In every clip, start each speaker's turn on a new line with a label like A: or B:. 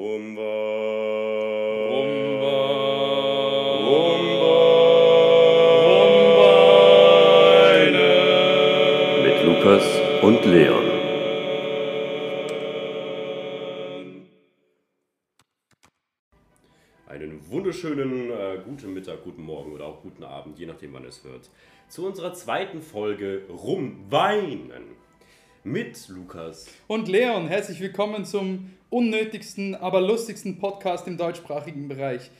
A: Rumba.
B: Rumba.
A: Rumba.
C: mit Lukas und Leon.
A: Einen wunderschönen äh, guten Mittag, guten Morgen oder auch guten Abend, je nachdem wann es hört. Zu unserer zweiten Folge Rumweinen mit Lukas.
B: Und Leon, herzlich willkommen zum unnötigsten, aber lustigsten Podcast im deutschsprachigen Bereich.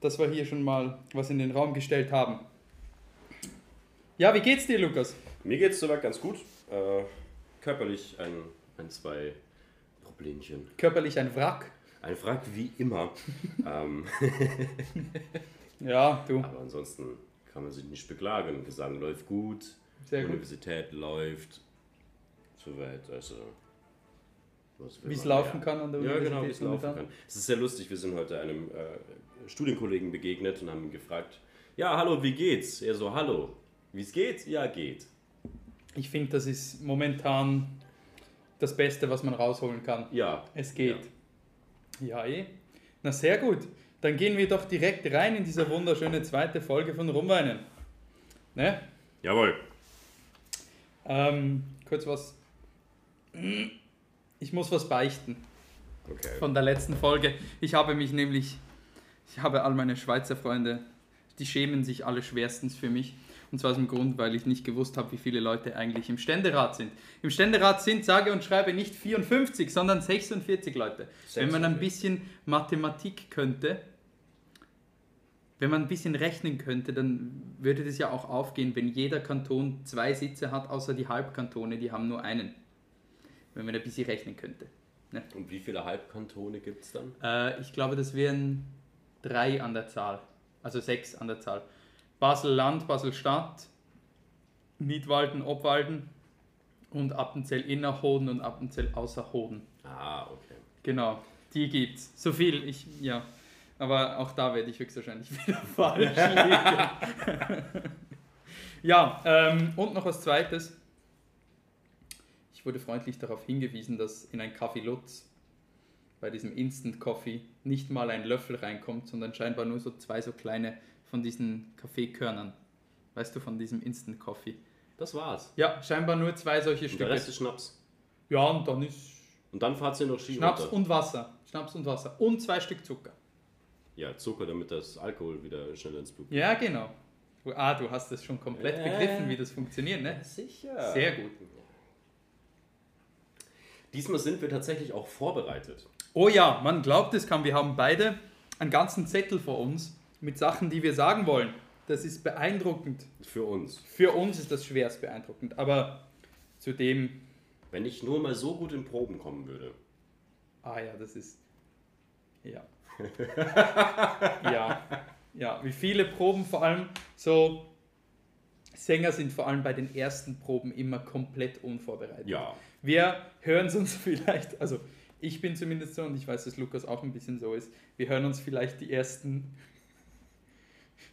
B: Das war hier schon mal, was in den Raum gestellt haben. Ja, wie geht's dir, Lukas?
A: Mir geht's soweit ganz gut. Äh, körperlich ein, ein, zwei Problemchen.
B: Körperlich ein Wrack?
A: Ein Wrack wie immer. ähm,
B: Ja, du.
A: aber ansonsten kann man sich nicht beklagen. Gesang läuft gut,
B: Sehr gut.
A: Universität läuft. Soweit, also. was will
B: Wie es
A: man
B: laufen
A: mehr?
B: kann an der
A: Ja,
B: Universität
A: genau, wie es laufen
B: momentan.
A: kann. Es ist sehr lustig, wir sind heute einem äh, Studienkollegen begegnet und haben ihn gefragt: Ja, hallo, wie geht's? Er so, hallo. Wie's geht? Ja, geht.
B: Ich finde, das ist momentan das Beste, was man rausholen kann.
A: Ja.
B: Es geht. Ja, eh. Na, sehr gut. Dann gehen wir doch direkt rein in diese wunderschöne zweite Folge von Rumweinen. Ne?
A: Jawohl.
B: Ähm, kurz was. Ich muss was beichten
A: Okay.
B: von der letzten Folge. Ich habe mich nämlich, ich habe all meine Schweizer Freunde, die schämen sich alle schwerstens für mich. Und zwar aus dem Grund, weil ich nicht gewusst habe, wie viele Leute eigentlich im Ständerat sind. Im Ständerat sind, sage und schreibe, nicht 54, sondern 46 Leute. Wenn man ein
A: 46.
B: bisschen Mathematik könnte, wenn man ein bisschen rechnen könnte, dann würde das ja auch aufgehen, wenn jeder Kanton zwei Sitze hat, außer die Halbkantone, die haben nur einen. Wenn man ein bisschen rechnen könnte.
A: Und wie viele Halbkantone gibt's dann?
B: Äh, ich glaube, das wären drei an der Zahl. Also sechs an der Zahl. Basel-Land, Basel-Stadt, Nidwalden, Obwalden und Appenzell-Innerhoden und Appenzell-Außerhoden.
A: Ah, okay.
B: Genau, die gibt's. So viel, ich, ja. Aber auch da werde ich höchstwahrscheinlich wieder falsch liegen. ja, ähm, und noch was Zweites. Ich wurde freundlich darauf hingewiesen, dass in ein Kaffee Lutz bei diesem Instant Coffee nicht mal ein Löffel reinkommt, sondern scheinbar nur so zwei so kleine von diesen Kaffeekörnern. Weißt du, von diesem Instant Coffee?
A: Das war's.
B: Ja, scheinbar nur zwei
A: Und
B: solche
A: der
B: Stücke.
A: Rest ist Schnaps.
B: Ja, und dann ist
A: Und dann fahrt ihr noch Ski
B: Schnaps
A: runter.
B: und Wasser. Schnaps und Wasser. Und zwei Stück Zucker.
A: Ja, Zucker, damit das Alkohol wieder schneller ins Blut
B: Ja, genau. Du- Ah, du hast das schon komplett
A: Ja.
B: begriffen, wie das funktioniert, ne?
A: Sicher.
B: Sehr gut.
A: Diesmal sind wir tatsächlich auch vorbereitet.
B: Oh ja, man glaubt es kaum. Wir haben beide einen ganzen Zettel vor uns mit Sachen, die wir sagen wollen. Das ist beeindruckend.
A: Für uns.
B: Für uns ist das schwerst beeindruckend, aber zudem,
A: Wenn ich nur mal so gut in Proben kommen würde.
B: ah ja, das ist. Ja. ja. Ja, wie viele Proben vor allem so. Sänger sind vor allem bei den ersten Proben immer komplett unvorbereitet.
A: Ja.
B: Wir hören es uns vielleicht, also ich bin zumindest so und ich weiß, dass Lukas auch ein bisschen so ist, wir hören uns vielleicht die ersten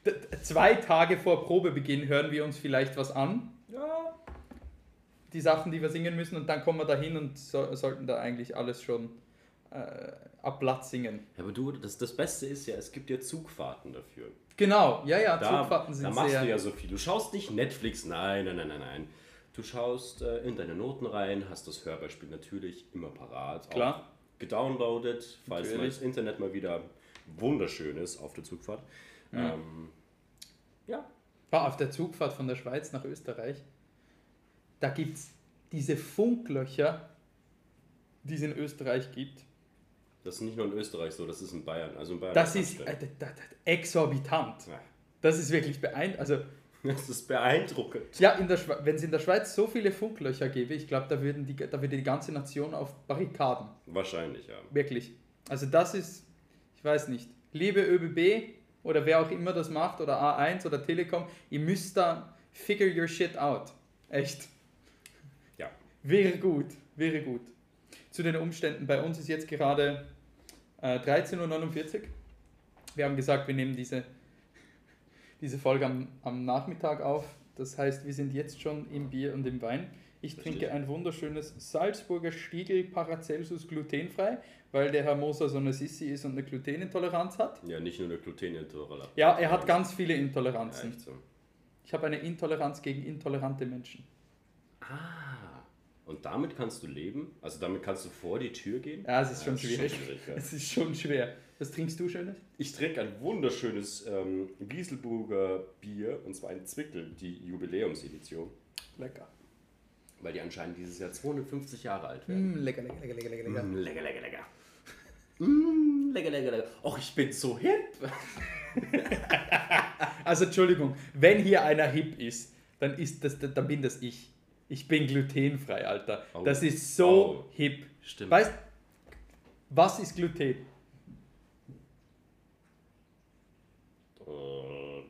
B: D- d- zwei Tage vor Probebeginn hören wir uns vielleicht was an. Ja. Die Sachen, die wir singen müssen und dann kommen wir da hin und so, sollten da eigentlich alles schon äh, ab Blatt singen.
A: Aber du, das, das Beste ist ja, es gibt ja Zugfahrten dafür.
B: Genau, ja, ja,
A: Da,
B: Zugfahrten sind
A: da machst
B: sehr...
A: du ja so viel. Du schaust nicht Netflix, nein, nein, nein, nein, nein. Du schaust äh, in deine Noten rein, hast das Hörbeispiel natürlich immer parat.
B: Klar.
A: Auch gedownloadet, falls mal
B: Natürlich.
A: das Internet mal wieder wunderschön ist auf der Zugfahrt. Ähm, ja.
B: war auf der Zugfahrt von der Schweiz nach Österreich, da gibt es diese Funklöcher, die es in Österreich gibt.
A: Das ist nicht nur in Österreich so, das ist in Bayern. Also in Bayern
B: Das
A: hat's
B: ist äh,
A: Anstände.
B: d- d- d- exorbitant.
A: Ja.
B: Das ist wirklich beeindruckend. Also,
A: Das ist beeindruckend.
B: ja, in der Schwe- wenn es in der Schweiz so viele Funklöcher gäbe, ich glaube, da, würden die- da würde die ganze Nation auf Barrikaden.
A: Wahrscheinlich, ja.
B: Wirklich. Also, das ist, ich weiß nicht. Liebe ÖBB oder wer auch immer das macht oder A1 oder Telekom, ihr müsst da figure your shit out. Echt.
A: Ja.
B: Wäre gut, wäre gut. Zu den Umständen. Bei uns ist jetzt gerade äh, 13.49 Uhr. Wir haben gesagt, wir nehmen diese, diese Folge am, am Nachmittag auf. Das heißt, wir sind jetzt schon im Bier und im Wein. Ich
A: Richtig.
B: trinke ein wunderschönes Salzburger Stiegel Paracelsus glutenfrei weil der Herr Moser so eine Sissi ist und eine Glutenintoleranz hat.
A: Ja, nicht nur eine Glutenintoleranz.
B: Ja, er hat ganz viele
A: Ja,
B: Intoleranzen.
A: echt so.
B: Ich habe eine Intoleranz gegen intolerante Menschen.
A: Ah. Und damit kannst du leben? Also damit kannst du vor die Tür gehen?
B: Ja, es ist schon
A: das
B: schwierig.
A: ja.
B: Es ist schon schwer. Was trinkst du Schönes?
A: Ich trinke ein wunderschönes ähm, Gieselburger Bier, und zwar ein Zwickel, die Jubiläumsedition,
B: Lecker.
A: weil die anscheinend dieses Jahr 250 Jahre alt werden.
B: Mm, lecker, lecker, lecker, lecker, lecker, lecker.
A: Mm, lecker, lecker, lecker. Mm, lecker, lecker, lecker. Och, ich bin so hip.
B: Also Entschuldigung, wenn hier einer hip ist, dann ist das, dann bin das ich. Ich bin glutenfrei, Alter.
A: Oh.
B: Das ist
A: Oh.
B: so hip.
A: Stimmt.
B: Weißt, was ist Gluten?
A: Ähm,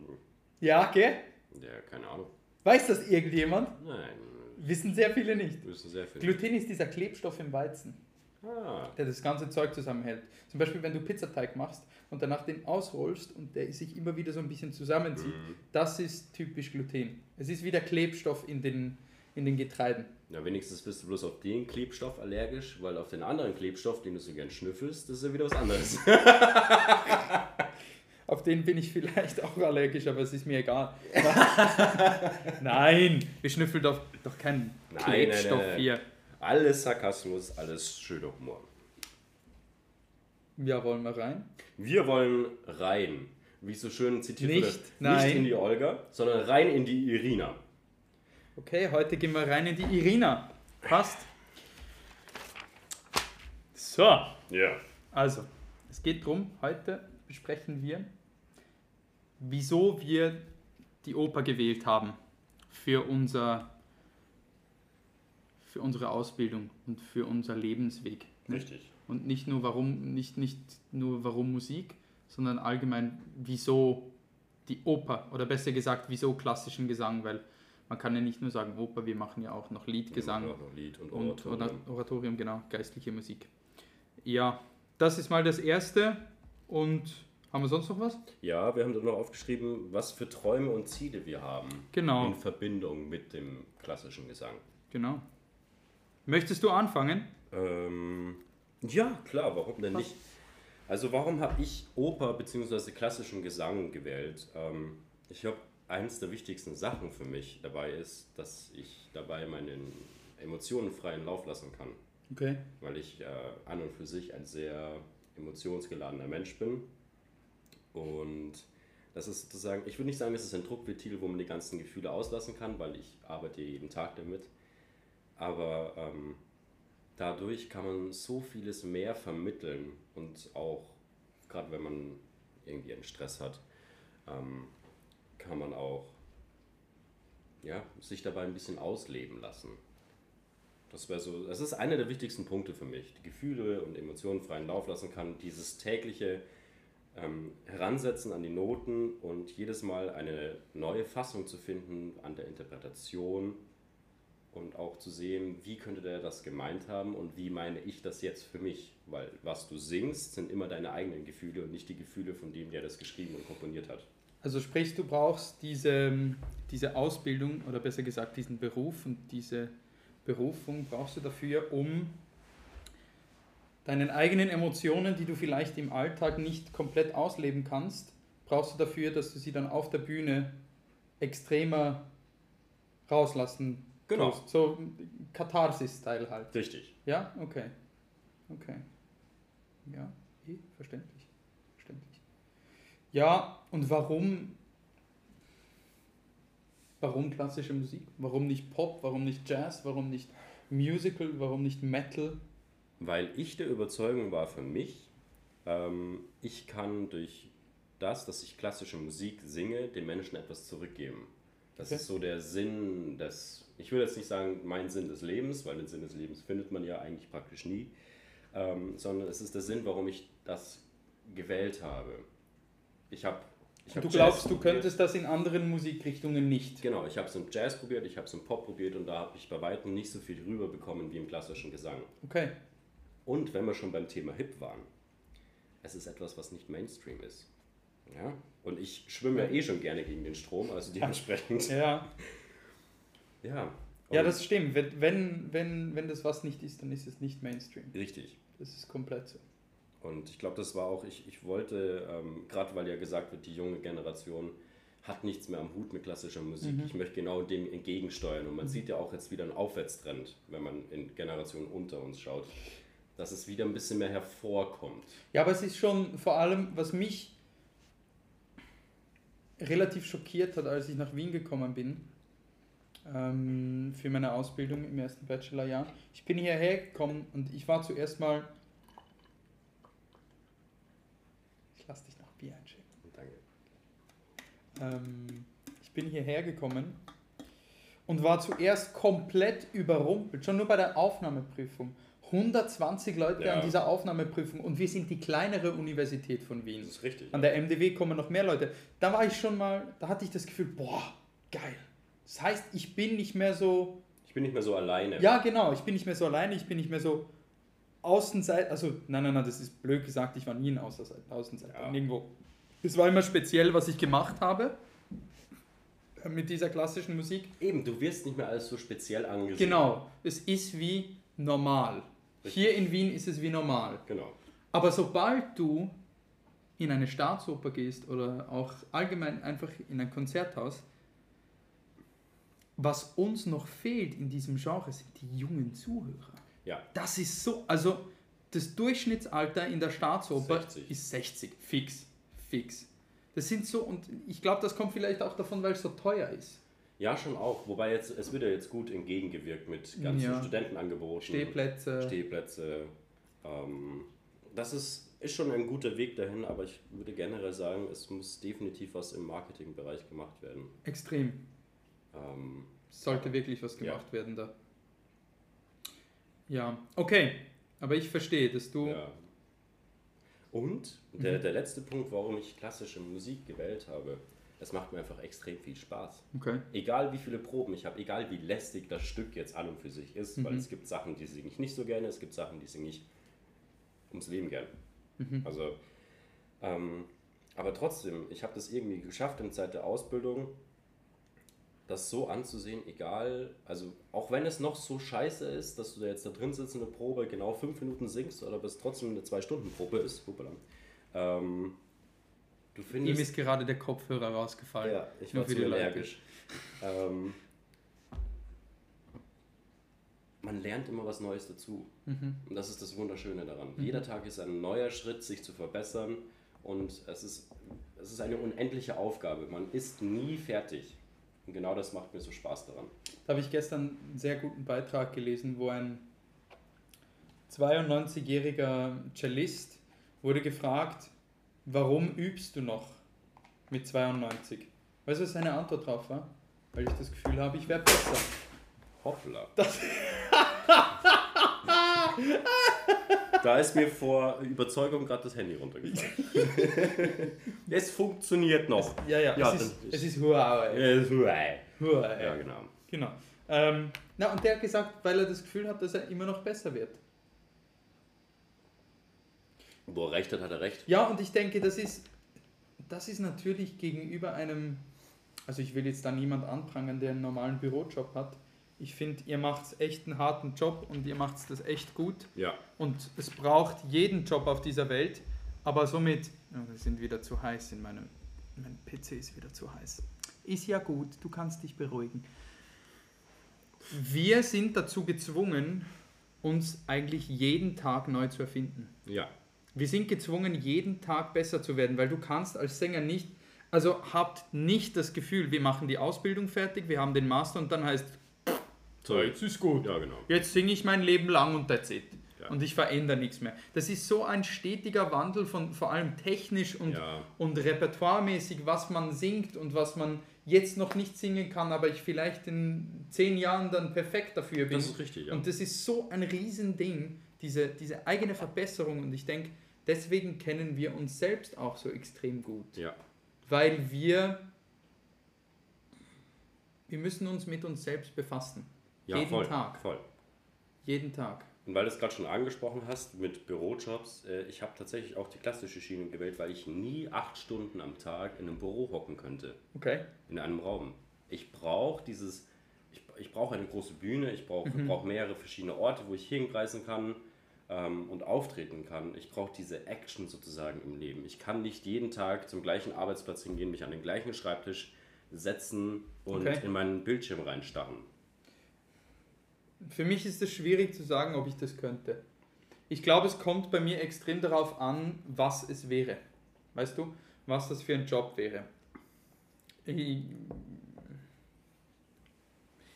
B: Ja, gell?
A: ja, keine Ahnung.
B: Weiß das irgendjemand?
A: Nein,
B: Wissen sehr viele nicht.
A: wir wissen sehr viel.
B: Gluten ist dieser Klebstoff im Weizen,
A: ah,
B: der das ganze Zeug zusammenhält. Zum Beispiel, wenn du Pizzateig machst und danach den ausrollst und der sich immer wieder so ein bisschen zusammenzieht,
A: Mhm.
B: das ist typisch Gluten. Es ist wieder Klebstoff in den, in den Getreiden.
A: na, wenigstens bist du bloß auf den Klebstoff allergisch, weil auf den anderen Klebstoff, den du so gern schnüffelst, das ist ja wieder was anderes.
B: Auf den bin ich vielleicht auch allergisch, aber es ist mir egal. nein, wir schnüffeln doch, doch keinen
A: Nein,
B: Klebstoff
A: nein, nein, nein.
B: hier.
A: alles Sarkasmus, alles schöner Humor.
B: Ja, wollen wir rein?
A: Wir wollen rein. Wie ich so schön zitiert
B: Nicht,
A: wurde.
B: nein.
A: Nicht in die Olga, sondern rein in die Irina.
B: Okay, heute gehen wir rein in die Irina. Passt. So,
A: Ja.
B: also, es geht darum, heute besprechen wir, wieso wir die Oper gewählt haben für, unser, für unsere Ausbildung und für unser Lebensweg.
A: Richtig.
B: Und nicht nur warum, nicht, nicht nur warum Musik, sondern allgemein wieso die Oper oder besser gesagt wieso klassischen Gesang, weil man kann ja nicht nur sagen Oper, wir machen ja auch noch Liedgesang
A: Auch noch Lied und
B: und
A: Oratorium.
B: Oratorium. Oratorium, genau, geistliche Musik. Ja, das ist mal das Erste und haben wir sonst noch was?
A: Ja, wir haben dann noch aufgeschrieben, was für Träume und Ziele wir haben.
B: Genau.
A: In Verbindung mit dem klassischen Gesang.
B: Genau. Möchtest du anfangen?
A: Ähm, ja, klar, warum denn nicht? Also warum habe ich Oper bzw. klassischen Gesang gewählt? Ähm, ich glaube, eins der wichtigsten Sachen für mich dabei ist, dass ich dabei meinen Emotionen freien Lauf lassen kann,
B: Okay.
A: weil ich äh, an und für sich ein sehr emotionsgeladener Mensch bin. Und das ist sozusagen, ich würde nicht sagen, es ist ein Druckventil, wo man die ganzen Gefühle auslassen kann, weil ich arbeite jeden Tag damit. Aber ähm, dadurch kann man so vieles mehr vermitteln und auch, gerade wenn man irgendwie einen Stress hat, ähm, kann man auch ja, sich dabei ein bisschen ausleben lassen. Das wäre so, das ist einer der wichtigsten Punkte für mich. Die Gefühle und Emotionen freien Lauf lassen kann, dieses tägliche ähm, Heransetzen an die Noten und jedes Mal eine neue Fassung zu finden an der Interpretation und auch zu sehen, wie könnte der das gemeint haben und wie meine ich das jetzt für mich. Weil was du singst, sind immer deine eigenen Gefühle und nicht die Gefühle von dem, der das geschrieben und komponiert hat.
B: Also sprich, du brauchst diese, diese Ausbildung oder besser gesagt diesen Beruf und diese Berufung brauchst du dafür, um deinen eigenen Emotionen, die du vielleicht im Alltag nicht komplett ausleben kannst, brauchst du dafür, dass du sie dann auf der Bühne extremer rauslassen
A: Genau.
B: tust. So Katharsis-Style halt.
A: Richtig.
B: Ja, okay. Okay. Ja, eh, verständlich. Verständlich. Ja, und warum? Warum klassische Musik? Warum nicht Pop? Warum nicht Jazz? Warum nicht Musical? Warum nicht Metal?
A: Weil ich der Überzeugung war für mich, ähm, ich kann durch das, dass ich klassische Musik singe, den Menschen etwas zurückgeben. Das
B: Okay.
A: ist so der Sinn des, ich will jetzt nicht sagen, mein Sinn des Lebens, weil den Sinn des Lebens findet man ja eigentlich praktisch nie, ähm, sondern es ist der Sinn, warum ich das gewählt habe. Ich habe. Ich hab
B: Du
A: Jazz
B: glaubst, du
A: probiert.
B: könntest das in anderen Musikrichtungen nicht.
A: Genau, ich habe es im Jazz probiert, ich habe es im Pop probiert und da habe ich bei weitem nicht so viel rüberbekommen wie im klassischen Gesang.
B: Okay.
A: Und wenn wir schon beim Thema Hip waren, es ist etwas, was nicht Mainstream ist. Ja? Und ich schwimme ja eh schon gerne gegen den Strom, also dementsprechend.
B: Ja.
A: Ja,
B: Ja,
A: Und-
B: das stimmt. Wenn, wenn, wenn, wenn das was nicht ist, dann ist es nicht Mainstream.
A: richtig.
B: Das ist komplett so.
A: Und ich glaube, das war auch, ich, ich wollte, ähm, gerade weil ja gesagt wird, die junge Generation hat nichts mehr am Hut mit klassischer Musik.
B: Mhm.
A: Ich möchte genau dem entgegensteuern. Und man sieht ja auch jetzt wieder einen Aufwärtstrend, wenn man in Generationen unter uns schaut, dass es wieder ein bisschen mehr hervorkommt.
B: Ja, aber es ist schon vor allem, was mich relativ schockiert hat, als ich nach Wien gekommen bin, ähm, für meine Ausbildung im ersten Bachelorjahr. Ich bin hierher gekommen und ich war zuerst mal. Ich lass dich noch Bier einschicken.
A: Danke.
B: Ähm, ich bin hierher gekommen und war zuerst komplett überrumpelt, schon nur bei der Aufnahmeprüfung. 120 Leute
A: Ja.
B: an dieser Aufnahmeprüfung und wir sind die kleinere Universität von Wien.
A: Das ist richtig.
B: An der MDW kommen noch mehr Leute. Da war ich schon mal, da hatte ich das Gefühl, boah, geil. Das heißt, ich bin nicht mehr so
A: Ich bin nicht mehr so alleine.
B: ja, genau. Ich bin nicht mehr so alleine, ich bin nicht mehr so Außenseiter. Also, nein, nein, nein, das ist blöd gesagt. Ich war nie ein Außenseiter. Außenseiter
A: Ja.
B: Nirgendwo. Es war immer speziell, was ich gemacht habe äh, mit dieser klassischen Musik.
A: Eben, du wirst nicht mehr als so speziell angesehen.
B: Genau. Es ist wie normal.
A: Richtig.
B: Hier in Wien ist es wie normal.
A: Genau.
B: Aber sobald du in eine Staatsoper gehst oder auch allgemein einfach in ein Konzerthaus, was uns noch fehlt in diesem Genre sind die jungen Zuhörer.
A: Ja.
B: Das ist so, also das Durchschnittsalter in der Staatsoper
A: 60.
B: ist 60, fix, fix. Das sind so, und ich glaube, das kommt vielleicht auch davon, weil es so teuer ist.
A: Ja, schon auch. Wobei jetzt, es wird ja jetzt gut entgegengewirkt mit ganzen
B: Ja.
A: Studentenangeboten.
B: Stehplätze.
A: Stehplätze. Ähm, das ist, ist schon ein guter Weg dahin, aber ich würde generell sagen, es muss definitiv was im Marketingbereich gemacht werden.
B: Extrem.
A: Ähm,
B: Sollte wirklich was
A: Ja.
B: gemacht werden da. Ja, okay. Aber ich verstehe, dass du.
A: ja. Und der,
B: Mhm.
A: der letzte Punkt, warum ich klassische Musik gewählt habe, es macht mir einfach extrem viel Spaß.
B: Okay.
A: Egal wie viele Proben ich habe, egal wie lästig das Stück jetzt an und für sich ist, weil
B: Mhm.
A: es gibt Sachen, die singe ich nicht so gerne, es gibt Sachen, die singe ich ums Leben gern.
B: Mhm.
A: Also, ähm, aber trotzdem, ich habe das irgendwie geschafft in Zeit der Ausbildung, das so anzusehen, egal, also auch wenn es noch so scheiße ist, dass du da jetzt da drin sitzende Probe genau fünf Minuten singst oder bis trotzdem eine Zwei-Stunden-Probe ist, hupala, ähm, du
B: Ihm
A: findest.
B: ist gerade der Kopfhörer rausgefallen.
A: ja, ich
B: Nur
A: war
B: für
A: zu
B: die Leute.
A: allergisch. Ähm, man lernt immer was Neues dazu.
B: Mhm.
A: Und das ist das Wunderschöne daran. Jeder Tag ist ein neuer Schritt, sich zu verbessern. Und es ist, es ist eine unendliche Aufgabe. Man ist nie fertig. Und genau das macht mir so Spaß daran.
B: Da habe ich gestern einen sehr guten Beitrag gelesen, wo ein 92-jähriger Cellist wurde gefragt, warum übst du noch mit 92? Weißt du, was seine Antwort drauf war? Weil ich das Gefühl habe, ich wäre besser.
A: Hoppla. da ist mir vor Überzeugung gerade das Handy runtergefallen. es funktioniert noch.
B: Ja, ja,
A: Ja,
B: es, ist,
A: dann ist-
B: es ist Huawei.
A: Ja,
B: Huawei.
A: genau.
B: Genau. Ähm, na, und der hat gesagt, weil er das Gefühl hat, dass er immer noch besser wird.
A: Wo er recht hat, hat er recht.
B: Ja, und ich denke, das ist, das ist natürlich gegenüber einem, also ich will jetzt da niemand anprangern, der einen normalen Bürojob hat. Ich finde, ihr macht echt einen harten Job und ihr macht das echt gut.
A: Ja.
B: Und es braucht jeden Job auf dieser Welt, aber somit, ja, wir sind wieder zu heiß in meinem, mein PC ist wieder zu heiß. Ist ja gut, du kannst dich beruhigen. Wir sind dazu gezwungen, uns eigentlich jeden Tag neu zu erfinden.
A: Ja.
B: Wir sind gezwungen, jeden Tag besser zu werden, weil du kannst als Sänger nicht, also habt nicht das Gefühl, wir machen die Ausbildung fertig, wir haben den Master und dann heißt, jetzt ist gut.
A: Ja, genau.
B: Jetzt singe ich mein Leben lang und that's it.
A: Ja.
B: Und ich verändere nichts mehr. Das ist so ein stetiger Wandel von vor allem technisch und,
A: Ja.
B: und repertoiremäßig, was man singt und was man jetzt noch nicht singen kann, aber ich vielleicht in zehn Jahren dann perfekt dafür bin.
A: Das ist richtig, ja.
B: Und das ist so ein Riesending, diese, diese eigene Verbesserung. Und ich denke, deswegen kennen wir uns selbst auch so extrem gut.
A: Ja.
B: Weil wir, wir müssen uns mit uns selbst befassen.
A: Ja,
B: Jeden
A: voll,
B: Tag.
A: Voll.
B: Jeden Tag.
A: Und weil du es gerade schon angesprochen hast mit Bürojobs, äh, ich habe tatsächlich auch die klassische Schiene gewählt, weil ich nie acht Stunden am Tag in einem Büro hocken könnte,
B: Okay.
A: in einem Raum. Ich brauche dieses,
B: Mhm.
A: ich, ich brauche eine große Bühne, ich brauche brauch mehrere verschiedene Orte, wo ich hinkreisen kann. ähm, und auftreten kann. Ich brauche diese Action sozusagen im Leben. Ich kann nicht jeden Tag zum gleichen Arbeitsplatz hingehen, mich an den gleichen Schreibtisch setzen und
B: Okay.
A: in meinen Bildschirm reinstarren.
B: Für mich ist es schwierig zu sagen, ob ich das könnte. Ich glaube, es kommt bei mir extrem darauf an, was es wäre. Weißt du, was das für ein Job wäre. Ich,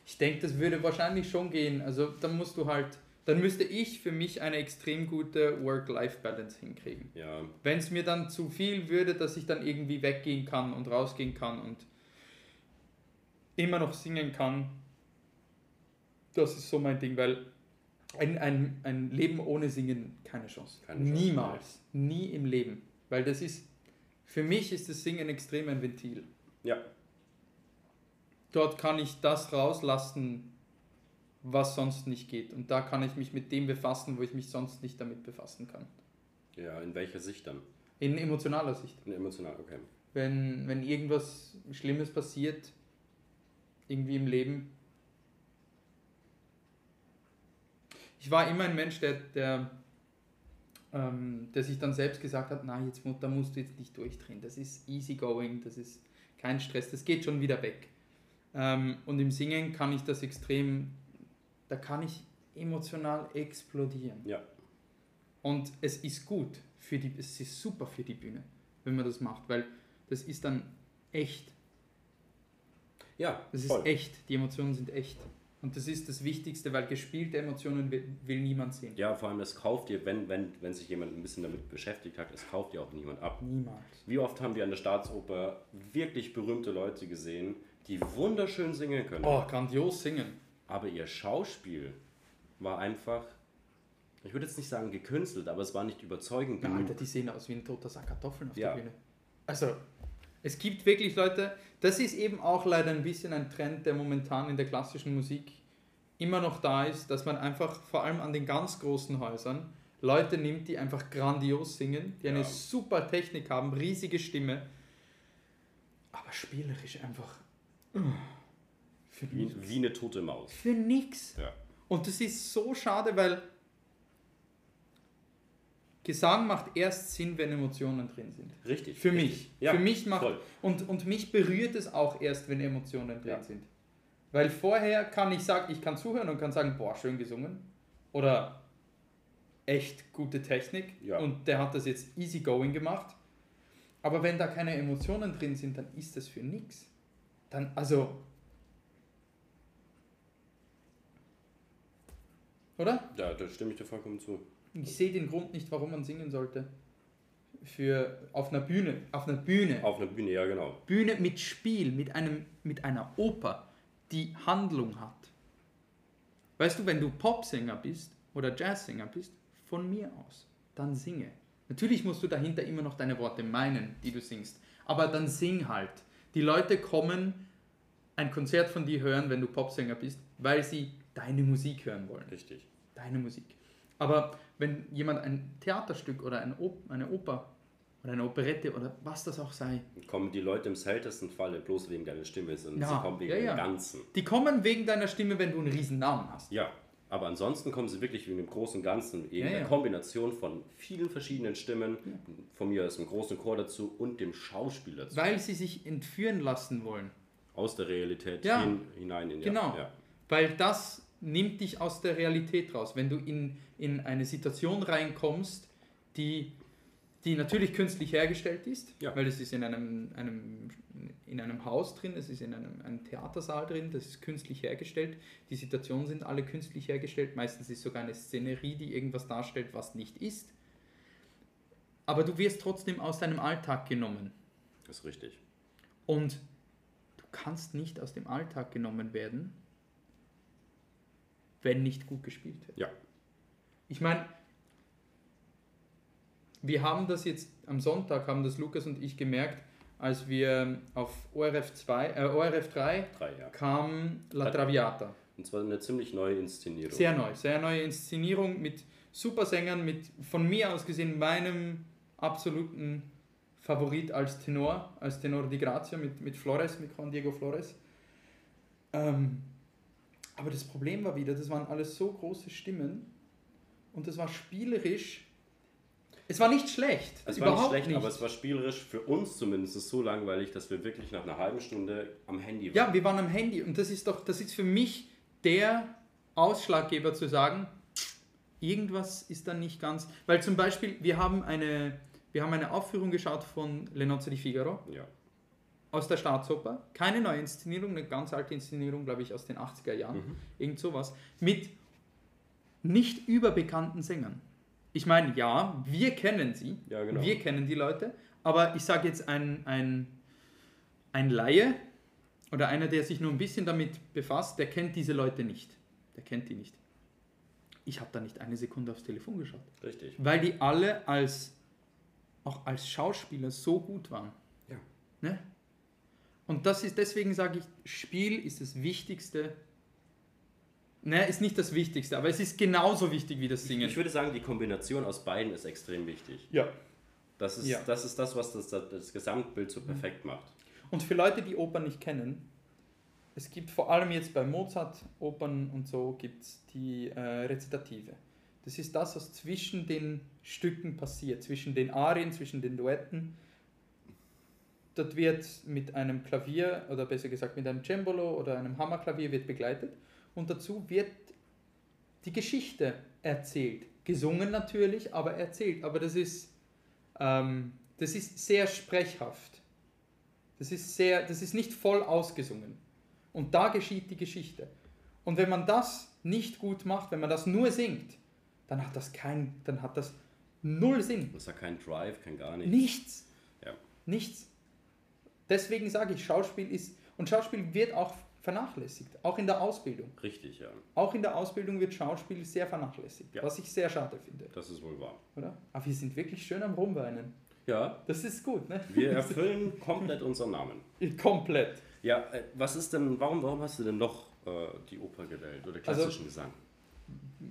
B: ich denke, das würde wahrscheinlich schon gehen. Also dann musst du halt, dann müsste ich für mich eine extrem gute Work-Life-Balance hinkriegen.
A: Ja,
B: Wenn es mir dann zu viel würde, dass ich dann irgendwie weggehen kann und rausgehen kann und immer noch singen kann, das ist so mein Ding, weil ein, ein, ein Leben ohne Singen keine Chance.
A: Keine Chance,
B: Niemals. Nie im Leben. Weil das ist, für mich ist das Singen extrem ein Ventil.
A: ja,
B: Dort kann ich das rauslassen, was sonst nicht geht. Und da kann ich mich mit dem befassen, wo ich mich sonst nicht damit befassen kann.
A: ja. In welcher Sicht dann?
B: In emotionaler Sicht.
A: In emotional, okay.
B: wenn, wenn irgendwas Schlimmes passiert, irgendwie im Leben. Ich war immer ein Mensch, der, der, ähm, der sich dann selbst gesagt hat, na jetzt Mutter, musst du jetzt nicht durchdrehen, das ist easy going, das ist kein Stress, das geht schon wieder weg. Ähm, und im Singen kann ich das extrem, da kann ich emotional explodieren.
A: Ja.
B: Und es ist gut für die, es ist super für die Bühne, wenn man das macht, weil das ist dann echt.
A: Ja,
B: Das ist
A: voll.
B: echt. Die Emotionen sind echt. Und das ist das Wichtigste, weil gespielte Emotionen will, will niemand sehen.
A: Ja, vor allem, das kauft dir, wenn, wenn, wenn sich jemand ein bisschen damit beschäftigt hat, es kauft dir auch niemand ab.
B: Niemals.
A: Wie oft haben wir an der Staatsoper wirklich berühmte Leute gesehen, die wunderschön singen können.
B: Oh, grandios singen.
A: Aber ihr Schauspiel war einfach, ich würde jetzt nicht sagen gekünstelt, aber es war nicht überzeugend
B: Na, Alter,
A: genug.
B: die sehen aus wie ein toter Sack Kartoffeln auf
A: Ja.
B: der Bühne. Also, es gibt wirklich Leute, das ist eben auch leider ein bisschen ein Trend, der momentan in der klassischen Musik immer noch da ist, dass man einfach vor allem an den ganz großen Häusern Leute nimmt, die einfach grandios singen, die eine
A: Ja.
B: super Technik haben, riesige Stimme, aber spielerisch einfach uh, für nix.
A: Wie, wie eine tote Maus.
B: Für nix.
A: Ja.
B: Und das ist so schade, weil Gesang macht erst Sinn, wenn Emotionen drin sind.
A: Richtig.
B: Für
A: richtig.
B: mich.
A: Ja,
B: Für mich macht
A: voll.
B: und, und mich berührt es auch erst, wenn Emotionen drin
A: Ja.
B: sind. Weil vorher kann ich sagen, ich kann zuhören und kann sagen, boah, schön gesungen. Oder echt gute Technik.
A: Ja.
B: Und der hat das jetzt easy going gemacht. Aber wenn da keine Emotionen drin sind, dann ist das für nix. Dann, also. Oder?
A: Da, da stimme ich dir vollkommen zu.
B: Ich sehe den Grund nicht, warum man singen sollte. Für auf einer Bühne, auf einer Bühne,
A: Auf einer Bühne, ja genau.
B: Bühne mit Spiel, mit einem mit einer Oper, die Handlung hat. Weißt du, wenn du Popsänger bist oder Jazzsänger bist, von mir aus, dann singe. Natürlich musst du dahinter immer noch deine Worte meinen, die du singst, aber dann sing halt. Die Leute kommen ein Konzert von dir hören, wenn du Popsänger bist, weil sie deine Musik hören wollen
A: Richtig.
B: deine Musik. Aber wenn jemand ein Theaterstück oder ein Op eine Oper oder eine Operette oder was das auch sei,
A: Dann kommen die Leute im seltensten Falle bloß wegen deiner Stimme, sondern
B: Ja,
A: sie kommen wegen
B: ja, ja.
A: dem Ganzen.
B: die kommen wegen deiner Stimme, wenn du einen riesen Namen hast.
A: Ja, aber ansonsten kommen sie wirklich wegen dem großen Ganzen, eben
B: Ja,
A: der
B: ja.
A: Kombination von vielen verschiedenen Stimmen, von mir aus dem großen Chor dazu und dem Schauspiel dazu.
B: Weil sie sich entführen lassen wollen.
A: Aus der Realität
B: Ja.
A: hin, hinein in die
B: Genau.
A: Ja.
B: Weil das nimmt dich aus der Realität raus. Wenn du in, in eine Situation reinkommst, die, die natürlich künstlich hergestellt ist,
A: Ja.
B: weil es ist in einem, einem, in einem Haus drin, es ist in einem, einem Theatersaal drin, das ist künstlich hergestellt. Die Situationen sind alle künstlich hergestellt. Meistens ist sogar eine Szenerie, die irgendwas darstellt, was nicht ist. Aber du wirst trotzdem aus deinem Alltag genommen.
A: Das ist richtig.
B: Und du kannst nicht aus dem Alltag genommen werden, wenn nicht gut gespielt wird.
A: Ja.
B: Ich meine, wir haben das jetzt am Sonntag, haben das Lukas und ich gemerkt, als wir auf ORF, 2, äh, ORF 3
A: Drei, ja.
B: kam La Traviata.
A: Und zwar eine ziemlich neue Inszenierung.
B: Sehr neu, sehr neue Inszenierung mit Supersängern, mit von mir aus gesehen meinem absoluten Favorit als Tenor, als Tenor di Grazia mit, mit Flores, mit Juan Diego Flores. Ähm, aber das Problem war wieder, das waren alles so große Stimmen und es war spielerisch. Es war nicht schlecht.
A: Es war
B: überhaupt
A: nicht schlecht,
B: nicht.
A: aber es war spielerisch für uns zumindest so langweilig, dass wir wirklich nach einer halben Stunde am Handy waren.
B: Ja, wir waren am Handy und das ist doch, das ist für mich der Ausschlaggeber zu sagen, irgendwas ist da nicht ganz. Weil zum Beispiel, wir haben eine, wir haben eine Aufführung geschaut von Le Nozze di Figaro
A: Ja.
B: aus der Staatsoper. Keine neue Inszenierung, eine ganz alte Inszenierung, glaube ich, aus den 80er Jahren. Irgend sowas. Mit nicht überbekannten Sängern. Ich meine, ja, wir kennen sie.
A: Ja, genau.
B: Wir kennen die Leute. Aber ich sage jetzt, ein, ein, ein Laie oder einer, der sich nur ein bisschen damit befasst, der kennt diese Leute nicht. Der kennt die nicht. Ich habe da nicht eine Sekunde aufs Telefon geschaut.
A: Richtig.
B: Weil die alle als, auch als Schauspieler so gut waren.
A: Ja.
B: Ne? Und das ist, deswegen sage ich, Spiel ist das Wichtigste. Ne, ist nicht das Wichtigste, aber es ist genauso wichtig wie das Singen.
A: Ich würde sagen, die Kombination aus beiden ist extrem wichtig.
B: ja.
A: Das ist,
B: Ja.
A: das, ist das, was das, das Gesamtbild so perfekt macht.
B: Und für Leute, die Opern nicht kennen, es gibt vor allem jetzt bei Mozart, Opern und so, gibt es die äh, Rezitative. Das ist das, was zwischen den Stücken passiert, zwischen den Arien, zwischen den Duetten. Dort wird mit einem Klavier oder besser gesagt mit einem Cembalo oder einem Hammerklavier wird begleitet und dazu wird die Geschichte erzählt. Gesungen natürlich, aber erzählt. Aber das ist, ähm, das ist sehr sprechhaft. Das ist sehr, das ist nicht voll ausgesungen. Und da geschieht die Geschichte. Und wenn man das nicht gut macht, wenn man das nur singt, dann hat das kein, dann hat das null Sinn.
A: Das hat kein Drive, kein gar nichts.
B: Nichts.
A: Ja.
B: Nichts. Deswegen sage ich, Schauspiel ist, und Schauspiel wird auch vernachlässigt, auch in der Ausbildung.
A: Richtig, ja.
B: Auch in der Ausbildung wird Schauspiel sehr vernachlässigt,
A: Ja.
B: was ich sehr schade finde,
A: Das ist wohl wahr.
B: oder? Aber wir sind wirklich schön am Rumweinen.
A: Ja,
B: Das ist gut, ne?
A: wir erfüllen komplett unseren Namen.
B: Komplett.
A: Ja, äh, was ist denn, warum, warum hast du denn noch äh, die Oper gewählt oder
B: Also
A: klassischen Gesang?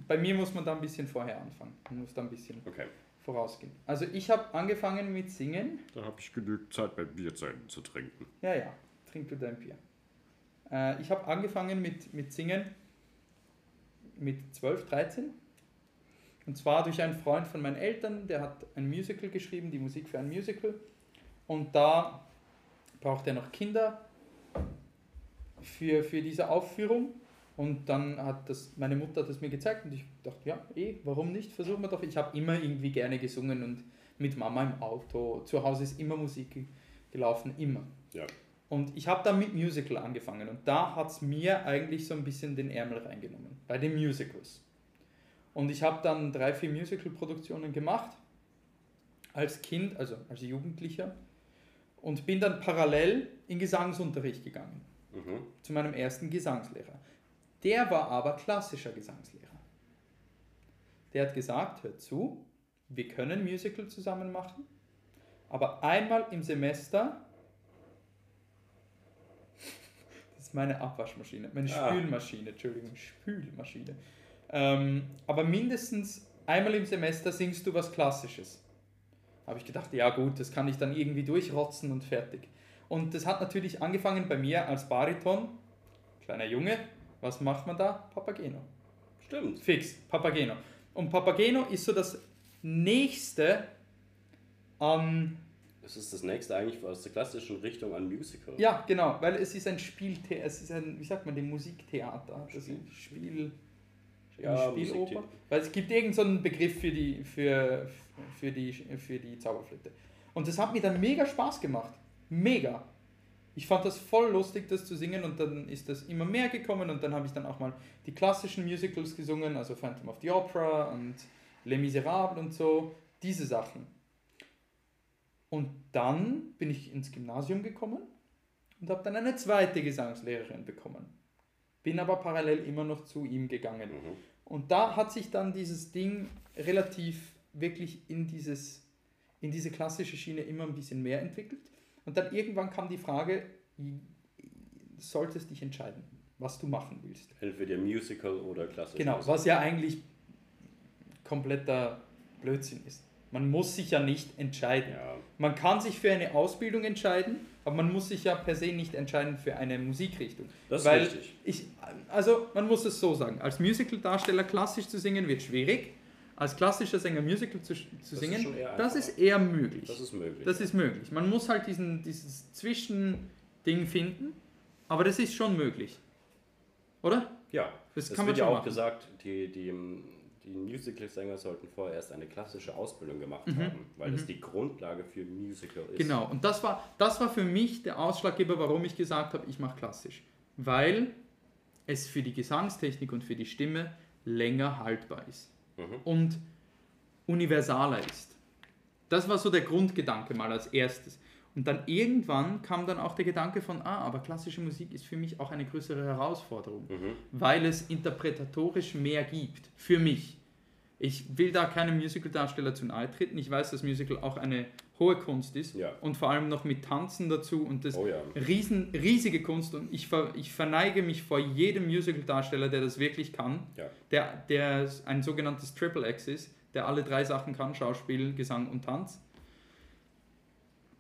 B: Bei mir muss man da ein bisschen vorher anfangen. Man muss da ein bisschen
A: Okay.
B: vorausgehen. Also ich habe angefangen mit Singen.
A: Da habe ich genügend Zeit, bei Bierzeiten zu trinken.
B: Ja, ja, trink du dein Bier. Äh, ich habe angefangen mit, mit Singen mit 12, 13. Und zwar durch einen Freund von meinen Eltern, der hat ein Musical geschrieben, die Musik für ein Musical. Und da braucht er noch Kinder für, für diese Aufführung. Und dann hat das, meine Mutter hat das mir gezeigt und ich dachte, ja, eh, warum nicht? Versuchen wir doch. Ich habe immer irgendwie gerne gesungen und mit Mama im Auto. Zu Hause ist immer Musik ge- gelaufen, immer.
A: Ja.
B: Und ich habe dann mit Musical angefangen und da hat es mir eigentlich so ein bisschen den Ärmel reingenommen, bei den Musicals. Und ich habe dann drei, vier Musical-Produktionen gemacht, als Kind, also als Jugendlicher, und bin dann parallel in Gesangsunterricht gegangen,
A: Mhm.
B: zu meinem ersten Gesangslehrer. Der war aber klassischer Gesangslehrer. Der hat gesagt, hört zu, wir können Musical zusammen machen, aber einmal im Semester, das ist meine Abwaschmaschine, meine
A: Ah.
B: Spülmaschine, Entschuldigung, Spülmaschine. Ähm, aber mindestens einmal im Semester singst du was Klassisches. Habe ich gedacht, ja gut, das kann ich dann irgendwie durchrotzen und fertig. Und das hat natürlich angefangen bei mir als Bariton, kleiner Junge. Was macht man da? Papageno.
A: Stimmt.
B: Fix, Papageno. Und Papageno ist so das nächste an.
A: Das ist das nächste eigentlich aus der klassischen Richtung an Musical.
B: Ja, genau, weil es ist ein Spieltheater, es ist ein, wie sagt man, dem Musiktheater. Das
A: Spiel-
B: ist Spiel.
A: Ja,
B: eine Spieloper.
A: Musiktheater.
B: Weil es gibt irgendeinen so einen Begriff für die, für, für, die, für die Zauberflöte. Und das hat mir dann mega Spaß gemacht. Mega. Ich fand das voll lustig, das zu singen und dann ist das immer mehr gekommen und dann habe ich dann auch mal die klassischen Musicals gesungen, also Phantom of the Opera und Les Miserables und so, diese Sachen. Und dann bin ich ins Gymnasium gekommen und habe dann eine zweite Gesangslehrerin bekommen. Bin aber parallel immer noch zu ihm gegangen.
A: Mhm.
B: Und da hat sich dann dieses Ding relativ wirklich in, dieses, in diese klassische Schiene immer ein bisschen mehr entwickelt. Und dann irgendwann kam die Frage, solltest dich entscheiden, was du machen willst.
A: Entweder Musical oder klassisch.
B: Genau, was ja eigentlich kompletter Blödsinn ist. Man muss sich ja nicht entscheiden.
A: Ja,
B: Man kann sich für eine Ausbildung entscheiden, aber man muss sich ja per se nicht entscheiden für eine Musikrichtung.
A: Das ist
B: Weil
A: richtig.
B: Ich, also man muss es so sagen, als Musical-Darsteller klassisch zu singen wird schwierig, als klassischer Sänger Musical zu, zu singen,
A: schon eher
B: das
A: einfacher.
B: ist eher möglich.
A: Das ist möglich.
B: Das ist möglich. Man muss halt diesen, dieses Zwischending finden, aber das ist schon möglich. Oder?
A: ja,
B: das
A: das
B: kann man
A: wird ja
B: schon
A: auch
B: machen.
A: gesagt, die, die, die Musical-Sänger sollten vorher erst eine klassische Ausbildung gemacht haben, weil das die Grundlage für Musical ist.
B: Mhm. Genau, und das war, das war für mich der Ausschlaggeber, warum ich gesagt habe, ich mache klassisch. Weil es für die Gesangstechnik und für die Stimme länger haltbar ist
A: Mhm.
B: und universaler ist. Das war so der Grundgedanke mal als erstes. Und dann irgendwann kam dann auch der Gedanke von, ah, aber klassische Musik ist für mich auch eine größere Herausforderung,
A: Mhm.
B: weil es interpretatorisch mehr gibt, für mich. Ich will da keinem Musical-Darsteller zu nahe treten. Ich weiß, dass Musical auch eine hohe Kunst ist
A: Ja.
B: und vor allem noch mit Tanzen dazu und das
A: Oh ja.
B: riesen, riesige Kunst und ich, ver, ich verneige mich vor jedem Musical-Darsteller, der das wirklich kann,
A: Ja.
B: der, der ein sogenanntes Triple X ist, der alle drei Sachen kann, Schauspiel, Gesang und Tanz.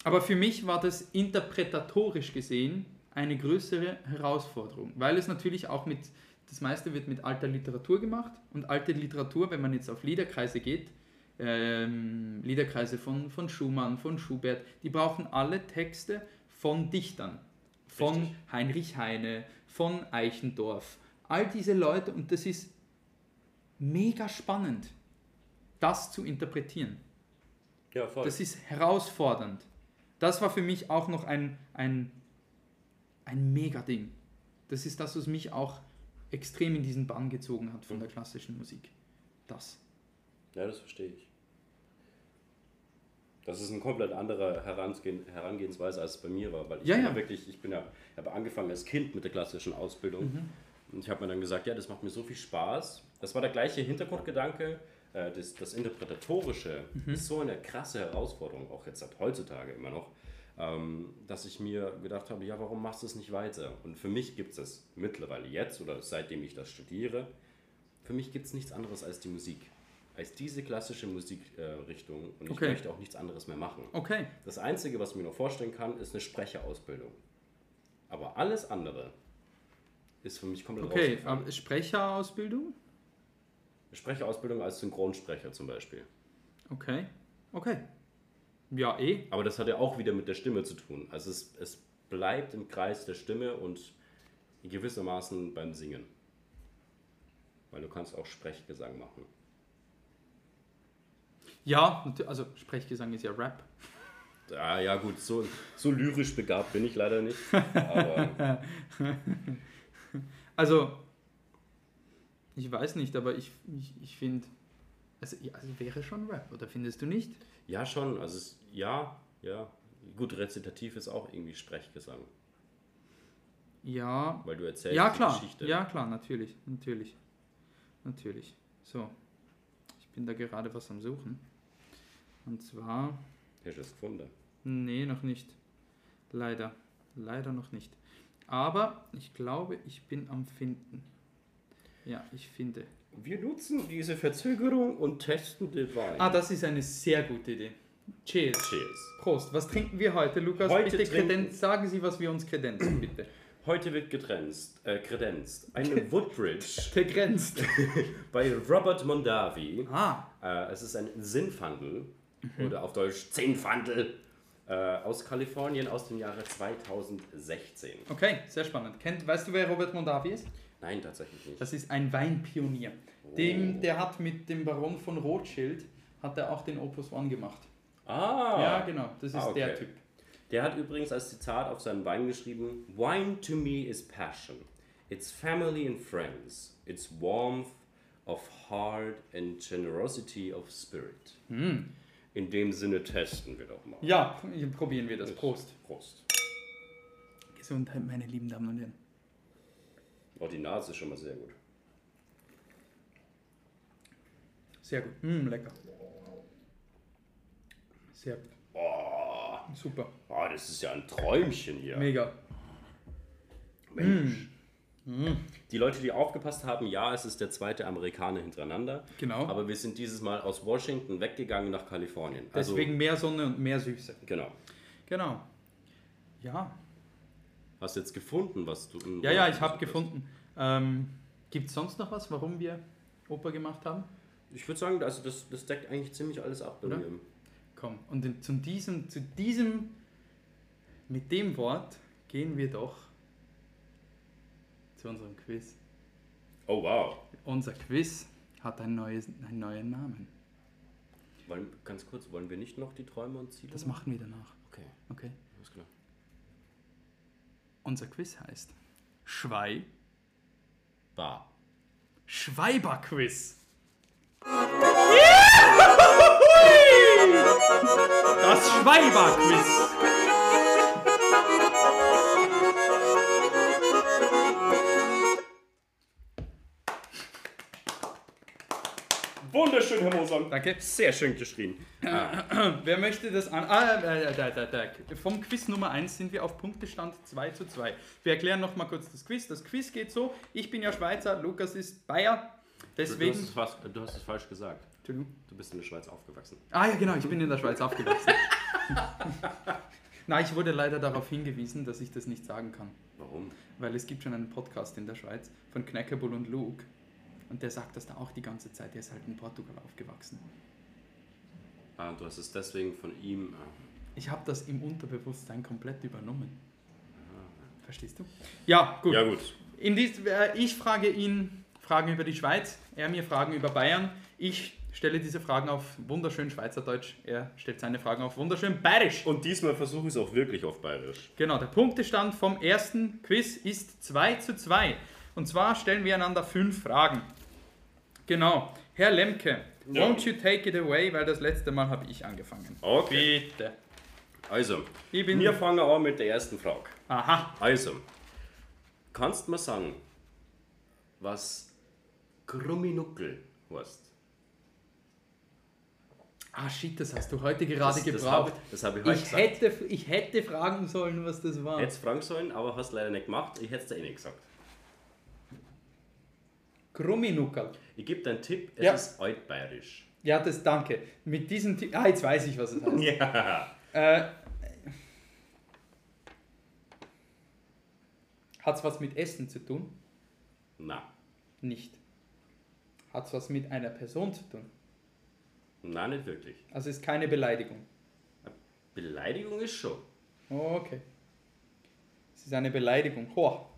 B: Aber für mich war das interpretatorisch gesehen eine größere Herausforderung, weil es natürlich auch mit, das meiste wird mit alter Literatur gemacht und alte Literatur, wenn man jetzt auf Liederkreise geht, ähm, Liederkreise von, von Schumann, von Schubert, die brauchen alle Texte von Dichtern, von
A: Richtig.
B: Heinrich Heine, von Eichendorff, all diese Leute und das ist mega spannend, das zu interpretieren.
A: Ja, voll.
B: Das ist herausfordernd. Das war für mich auch noch ein, ein, ein Mega-Ding. Das ist das, was mich auch extrem in diesen Bann gezogen hat von der klassischen Musik. Das.
A: Ja, das verstehe ich. Das ist eine komplett andere Herangehen, Herangehensweise, als es bei mir war, weil ich
B: Ja,
A: bin
B: ja.
A: wirklich, ich bin ja, habe angefangen als Kind mit der klassischen Ausbildung
B: Mhm.
A: und ich habe mir dann gesagt, ja, das macht mir so viel Spaß. Das war der gleiche Hintergrundgedanke. äh, Das, das Interpretatorische ist so eine krasse Herausforderung, auch jetzt seit heutzutage immer noch, ähm, dass ich mir gedacht habe, ja, warum machst du es nicht weiter? Und für mich gibt es das mittlerweile jetzt oder seitdem ich das studiere, für mich gibt es nichts anderes als die Musik. Als diese klassische Musikrichtung. Äh, Richtung. und
B: Okay.
A: ich möchte auch nichts anderes mehr machen.
B: Okay.
A: Das Einzige, was ich mir noch vorstellen kann, ist eine Sprecherausbildung. Aber alles andere ist für mich komplett
B: Okay,
A: rausgefallen.
B: aber Sprecherausbildung?
A: Sprecherausbildung als Synchronsprecher zum Beispiel.
B: Okay. Okay. Ja, eh.
A: Aber das hat ja auch wieder mit der Stimme zu tun. Also es, es bleibt im Kreis der Stimme und gewissermaßen beim Singen. Weil du kannst auch Sprechgesang machen.
B: Ja, nat- also Sprechgesang ist ja Rap.
A: Ah, ja gut, so, so lyrisch begabt bin ich leider nicht. Aber
B: Also, ich weiß nicht, aber ich, ich, ich finde, also, ja, also wäre schon Rap, oder findest du nicht?
A: ja schon, also es, ja, ja. Gut, rezitativ ist auch irgendwie Sprechgesang,
B: Ja,
A: weil du erzählst
B: ja,
A: die
B: klar.
A: Geschichte.
B: Ja, klar, natürlich, natürlich. Natürlich. So. Ich bin da gerade was am Suchen. Und zwar.
A: Hast du das gefunden?
B: Nee, noch nicht. Leider. Leider noch nicht. Aber ich glaube, ich bin am Finden. Ja, ich finde.
A: Wir nutzen diese Verzögerung und testen den Wein.
B: Ah, das ist eine sehr gute Idee. Cheers.
A: Cheers.
B: Prost. Was trinken wir heute, Lukas?
A: Heute
B: bitte
A: trinken-
B: Kredenz, sagen Sie, was wir uns kredenzen, bitte.
A: Heute wird getrenzt, äh, kredenzt. Eine Woodbridge
B: Begrenzt.
A: bei Robert Mondavi.
B: Ah,
A: Äh, es ist ein Sinnfandel oder auf Deutsch Zinnfandel äh, aus Kalifornien aus dem Jahre 2016.
B: okay, sehr spannend. Kennt, weißt du, wer Robert Mondavi ist?
A: Nein, tatsächlich nicht.
B: Das ist ein Weinpionier.
A: Oh.
B: Dem, der hat mit dem Baron von Rothschild hat er auch den Opus One gemacht.
A: Ah!
B: Ja, genau. Das ist
A: Ah, okay.
B: der Typ.
A: Der hat übrigens als Zitat auf seinen Wein geschrieben: Wine to me is passion. It's family and friends. It's warmth of heart and generosity of spirit. In dem Sinne testen wir doch mal.
B: Hm. Ja, probieren wir das. Prost.
A: Prost.
B: Gesundheit, meine lieben Damen und Herren.
A: Oh, die Nase ist schon mal sehr gut.
B: Sehr gut. Mm, lecker. Sehr gut. Super.
A: Oh, das ist ja ein Träumchen hier.
B: Mega.
A: Mensch.
B: Hm.
A: Hm. Die Leute, die aufgepasst haben, ja, es ist der zweite Amerikaner hintereinander.
B: Genau.
A: Aber wir sind dieses Mal aus Washington weggegangen nach Kalifornien. Also,
B: Deswegen mehr Sonne und mehr Süße.
A: Genau.
B: Genau. Ja.
A: Hast du jetzt gefunden, was du.
B: Ja, ja, ich habe gefunden. Ähm, Gibt es sonst noch was, warum wir Oper gemacht haben?
A: Ich würde sagen, also das, das deckt eigentlich ziemlich alles ab bei
B: Oder?
A: mir.
B: Komm, und in, zu, diesem, zu diesem, mit dem Wort gehen wir doch zu unserem Quiz.
A: Oh wow.
B: Unser Quiz hat ein neues, einen neuen Namen.
A: Wollen, ganz kurz, wollen wir nicht noch die Träume und Ziele?
B: Das machen wir danach.
A: Okay,
B: Okay.
A: alles klar.
B: Unser Quiz heißt Schwei
A: Bar.
B: Schweiber-Quiz. Das Schweiber-Quiz.
A: Wunderschön, Herr Mosang.
B: Danke.
A: Sehr schön geschrien.
B: Wer möchte das an... Ah, äh, da, da, da. Vom Quiz Nummer 1 sind wir auf Punktestand 2 zu 2. Wir erklären nochmal kurz das Quiz. Das Quiz geht so, ich bin ja Schweizer, Lukas ist Bayer.
A: Du, hast
B: Deswegen...
A: es fast, du hast es falsch gesagt.
B: Entschuldigung.
A: Du bist in der Schweiz aufgewachsen.
B: Ah ja, genau, ich bin in der Schweiz aufgewachsen. Nein, ich wurde leider darauf hingewiesen, dass ich das nicht sagen kann.
A: Warum?
B: Weil es gibt schon einen Podcast in der Schweiz von Knackerbull und Luke. Und der sagt das da auch die ganze Zeit. Der ist halt in Portugal aufgewachsen.
A: Ah, du hast es deswegen von ihm. Ah.
B: Ich habe das im Unterbewusstsein komplett übernommen. Verstehst du? Ja, gut.
A: gut.
B: In dies, äh, ich frage ihn Fragen über die Schweiz, er mir Fragen über Bayern. Ich stelle diese Fragen auf wunderschön Schweizerdeutsch. Er stellt seine Fragen auf wunderschön Bayerisch.
A: Und diesmal versuche ich es auch wirklich auf Bayerisch.
B: Genau, der Punktestand vom ersten Quiz ist 2 zu 2. Und zwar stellen wir einander fünf Fragen. Genau. Herr Lemke,
A: Ja.
B: won't you take it away, weil das letzte Mal habe ich angefangen.
A: Okay.
B: Bitte.
A: Also,
B: Ich bin-
A: wir fangen an mit der ersten Frage.
B: Aha.
A: Also, kannst du mir sagen, was Krumminuckel heißt?
B: Ah, shit, das hast du heute gerade
A: Das- das
B: gebraucht.
A: hab- das hab ich heute
B: ich
A: gesagt.
B: hätte, ich hätte fragen sollen, was das war.
A: Hättest fragen sollen, aber hast leider nicht gemacht. Ich hätte es dir eh nicht gesagt.
B: Krumminuckel.
A: Ich gebe dir einen Tipp, es
B: Ja.
A: ist altbayerisch.
B: Ja, das danke. Mit diesem Tipp. Ah, jetzt weiß ich, was es heißt.
A: Ja.
B: Äh, Hat es was mit Essen zu tun?
A: Na,
B: Nicht. Hat es was mit einer Person zu tun?
A: na, nicht wirklich.
B: Also ist keine Beleidigung.
A: Beleidigung ist schon.
B: Okay. Es ist eine Beleidigung. Hoa.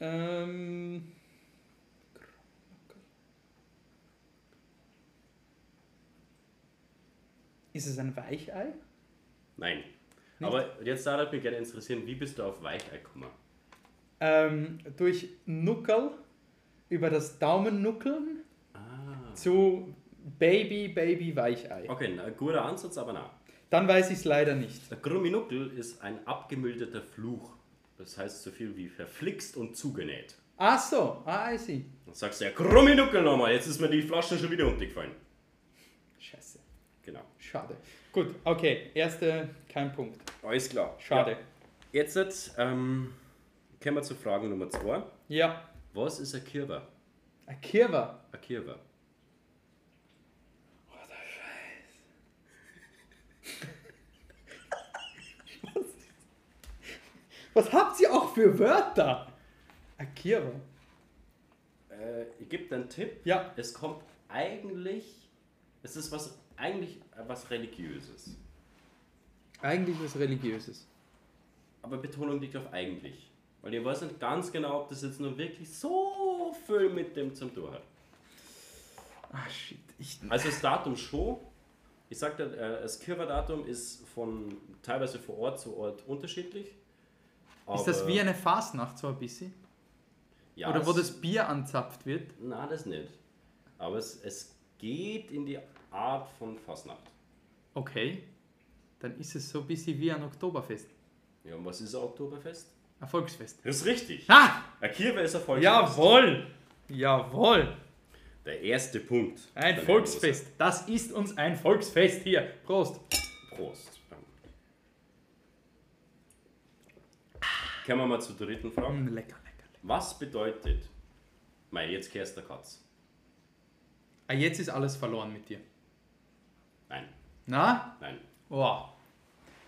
B: Ähm. Ist es ein Weichei?
A: Nein. Aber jetzt da würde mich gerne interessieren, wie bist du auf Weichei gekommen?
B: Ähm, durch Nuckel über das Daumennuckeln
A: Ah.
B: zu Baby, Baby, Weichei.
A: Okay, ein guter Ansatz, aber na.
B: Dann weiß ich es leider nicht.
A: Der Krumminuckel ist ein abgemilderter Fluch. Das heißt so viel wie verflixt und zugenäht.
B: Ach so, ah, I see.
A: Dann sagst du ja, Krumminuckel nochmal, jetzt ist mir die Flasche schon wieder runtergefallen.
B: Scheiße.
A: Genau.
B: Schade. Gut, okay. Erste, kein Punkt.
A: Alles klar.
B: Schade.
A: Ja. Jetzt ähm, kommen wir zu Frage Nummer 2.
B: Ja.
A: Was ist ein Kirber?
B: Ein Kirwa.
A: Ein Kirber.
B: Was habt ihr auch für Wörter? Ein Kirwa.
A: Äh, ich gebe dir einen Tipp.
B: Ja.
A: Es kommt eigentlich, es ist was eigentlich äh, was religiöses.
B: Eigentlich was Religiöses.
A: Aber Betonung liegt auf eigentlich. Weil ich weiß nicht ganz genau, ob das jetzt nur wirklich so viel mit dem zum tun hat.
B: Ah, shit. Ich,
A: Also das Datum schon. Ich sagte, äh, das Kirwa-Datum ist von teilweise von Ort zu Ort unterschiedlich.
B: ist das wie eine Fastnacht so ein bisschen?
A: ja,
B: Oder wo
A: es-
B: das Bier anzapft wird?
A: Nein, das nicht. Aber es, es geht in die Art von Fastnacht.
B: Okay. Dann ist es so ein bisschen wie ein Oktoberfest.
A: Ja, und was ist ein Oktoberfest?
B: Ein Volksfest. Ah!
A: Das ist richtig.
B: Ha!
A: Ein Kirwa ist ein Volksfest.
B: Jawohl! Jawohl!
A: Der erste Punkt.
B: Ein
A: Dann
B: Volksfest. Das ist uns ein Volksfest hier. Prost!
A: Prost. Kommen wir mal zur dritten Frage.
B: Mm, lecker, lecker, lecker.
A: Was bedeutet, mei, jetzt kehrst der Katz.
B: Ah, jetzt ist alles verloren mit dir.
A: Nein,
B: Na?
A: nein,
B: Wow.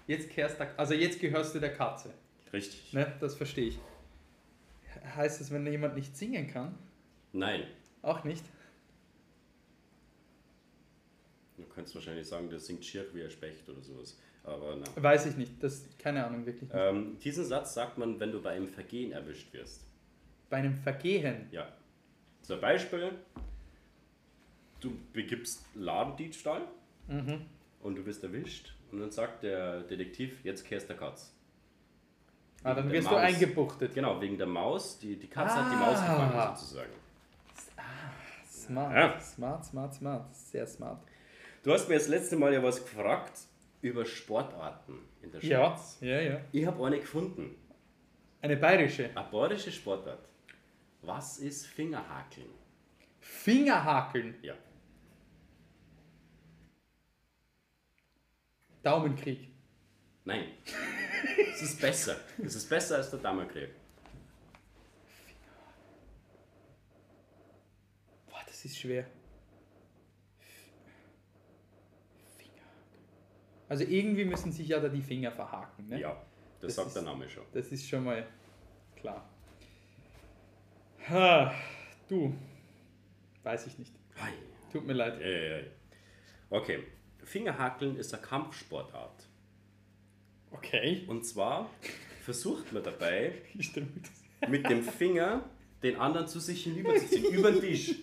B: Jetzt kehrst der, also jetzt gehörst du der Katze.
A: richtig.
B: Ne? Das verstehe ich. Heißt es, wenn jemand nicht singen kann?
A: Nein,
B: Auch nicht.
A: Du könntest wahrscheinlich sagen, der singt schier wie ein Specht oder sowas. Aber na.
B: Weiß ich nicht. Das keine Ahnung wirklich. nicht.
A: Ähm, diesen Satz sagt man, wenn du bei einem Vergehen erwischt wirst.
B: Bei einem Vergehen.
A: Ja. Zum Beispiel, du begibst Ladendiebstahl
B: Mhm.
A: und du wirst erwischt und dann sagt der Detektiv, jetzt kehrst der Katz.
B: Ah, dann
A: Der
B: wirst du
A: Maus.
B: eingebuchtet.
A: Genau, wegen der Maus. Die, die Katze hat die
B: Ah.
A: Maus gefangen sozusagen.
B: Smart.
A: Ja.
B: Smart, smart, smart. Sehr smart.
A: Du hast mir das letzte Mal ja was gefragt über Sportarten in der
B: Ja,
A: Schweiz.
B: ja, ja.
A: Ich habe eine gefunden.
B: Eine bayerische.
A: Eine bayerische Sportart. Was ist Fingerhakeln?
B: Fingerhakeln.
A: Ja.
B: Daumenkrieg.
A: Nein. es ist besser. Es ist besser als der Dammerkrieg.
B: Boah, das ist schwer. Finger. Also irgendwie müssen sich ja da die Finger verhaken, ne?
A: Ja, das,
B: Das
A: sagt
B: ist-
A: der Name schon.
B: Das ist schon mal klar. Ha, du. Weiß ich nicht.
A: Hi.
B: Tut mir leid.
A: Ja, ja, ja. Okay. Fingerhakeln ist eine Kampfsportart.
B: Okay.
A: Und zwar versucht man dabei,
B: Ich stelle mir das.
A: mit dem Finger den anderen zu sich hinüberzuziehen, über den Tisch.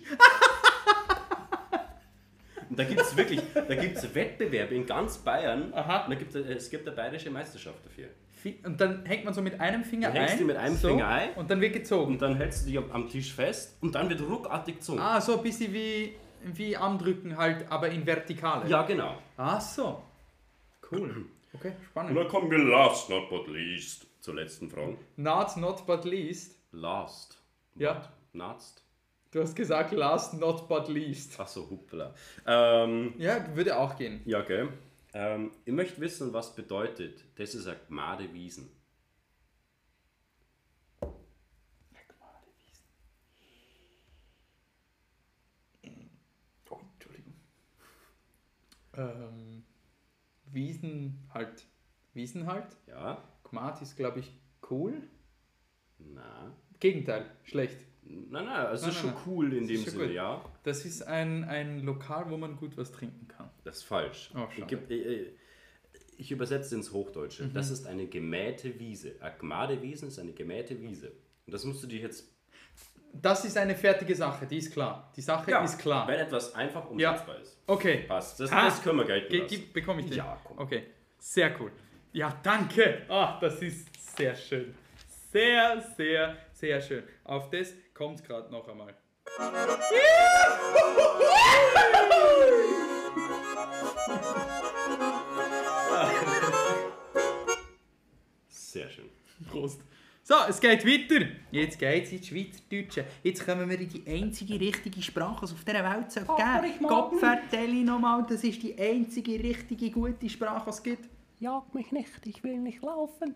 A: Und da gibt es wirklich, da gibt es Wettbewerbe in ganz Bayern.
B: Aha.
A: Und da gibt's, äh, es gibt eine bayerische Meisterschaft dafür.
B: Fi- Und dann hängt man so mit einem Finger
A: Du hängst
B: ein.
A: die mit einem
B: so,
A: Finger ein.
B: Und dann wird gezogen.
A: Und dann hältst du dich am, am Tisch fest und dann wird ruckartig gezogen.
B: Ah, so ein bisschen wie, wie Armdrücken halt, aber in Vertikale.
A: Ja, genau.
B: Ach so. Cool. Okay,
A: Und
B: spannend.
A: dann kommen wir last not but least zur letzten Frage.
B: Not, not but least.
A: Last.
B: Ja.
A: Nast.
B: Du hast gesagt last not but least.
A: Achso, hoppla. Ähm,
B: Ja, würde auch gehen.
A: ja, gell. Ähm, ich möchte wissen, was bedeutet, das ist eine Gmade Wiesen.
B: Oh, Entschuldigung. Ähm, Wiesen halt. Wiesen halt.
A: Ja?
B: Gmat ist, glaube ich, cool.
A: Na?
B: Gegenteil, schlecht.
A: Na, na, es
B: Nein,
A: ist
B: nein,
A: schon
B: nein.
A: cool in
B: Es
A: dem
B: ist schon
A: Sinne,
B: gut.
A: ja.
B: Das ist ein, ein Lokal, wo man gut was trinken kann.
A: Das ist falsch.
B: Oh,
A: ich,
B: schade. Mhm.
A: geb- ich, ich- ich übersetze ins Hochdeutsche. Das ist eine gemähte Wiese. Eine Gmade Wiesen ist eine gemähte Wiese. Und das musst du dir jetzt
B: Das ist eine fertige Sache, die ist klar. Die Sache ist klar.
A: Wenn etwas einfach umsetzbar ist.
B: Okay.
A: Passt. Das,
B: Ah.
A: das können wir gelten
B: Ge
A: lassen.
B: gib- bekomme ich den?
A: Ja, komm.
B: Okay, sehr cool. Ja, danke. Ah, das ist sehr schön. Sehr, sehr, sehr schön. Auf das kommt gerade noch einmal.
A: Sehr schön.
B: Prost. So, es geht weiter. Jetzt geht's ins Schweizerdeutsche. Jetzt kommen wir in die einzige richtige Sprache, die es auf dieser Welt soll geben Gott nochmal, das ist die einzige richtige gute Sprache, die es gibt.
D: Jag mich nicht, ich will nicht laufen.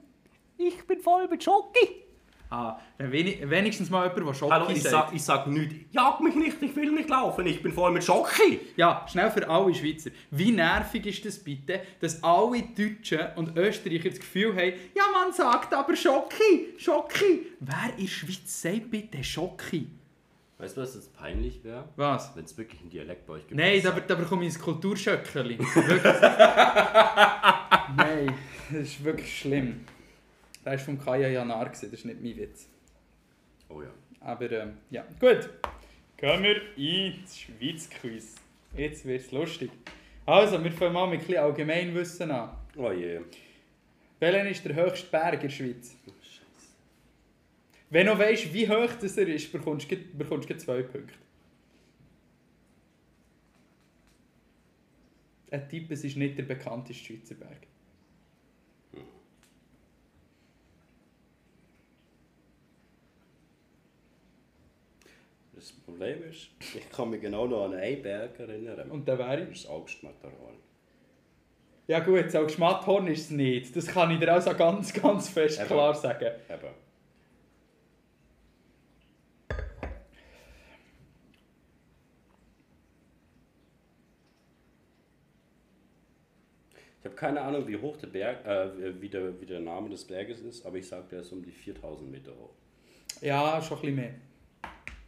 D: Ich bin voll mit Schoki.
B: Ah, dann wenig, wenigstens mal jemand, der Schock
A: Hallo, ich sag, ich sag nichts. Jag mich nicht, ich will nicht laufen. Ich bin voll mit Schocki.
B: Ja, schnell für alle Schweizer. Wie nervig ist das bitte, dass alle Deutschen und Österreicher das Gefühl haben, ja man sagt aber Schocki, Schocki. Wer in der Schweiz sagt bitte Schocki?
A: Weißt du, was jetzt peinlich wäre?
B: Was?
A: Wenn es wirklich einen Dialekt bei euch gibt.
B: Nein, da,
A: aber
B: da bekomme ich ein Kulturschöckerli. Wirklich. Nein, das ist wirklich schlimm. Das war von Kaya Janar, das ist nicht mein Witz.
A: Oh ja.
B: Aber ähm, ja, gut. Gehen wir ins Schweiz-Quiz. Jetzt wird's lustig. Also, wir fangen mal mit ein bisschen Allgemeinwissen an.
A: Oh je.
B: Welcher ist der höchste Berg in der Schweiz? Wenn du weißt, wie hoch das er ist, bekommst du gleich- bekommst du gleich zwei Punkte. Ein Tipp, es ist nicht der bekannteste Schweizer Berg.
A: Das Problem ist, ich kann mich genau noch an einen Berg erinnern.
B: Und der wäre ich.
A: das Augstmaterial.
B: Ja gut, so Geschmatthorn ist es nicht. Das kann ich dir also ganz, ganz fest
A: Eben.
B: klar sagen.
A: Aber Ich habe keine Ahnung, wie hoch der Berg, äh, wie, der, wie der Name des Berges ist, aber ich sage, der ist um die 4000 Meter hoch.
B: Ja, schon ein bisschen mehr.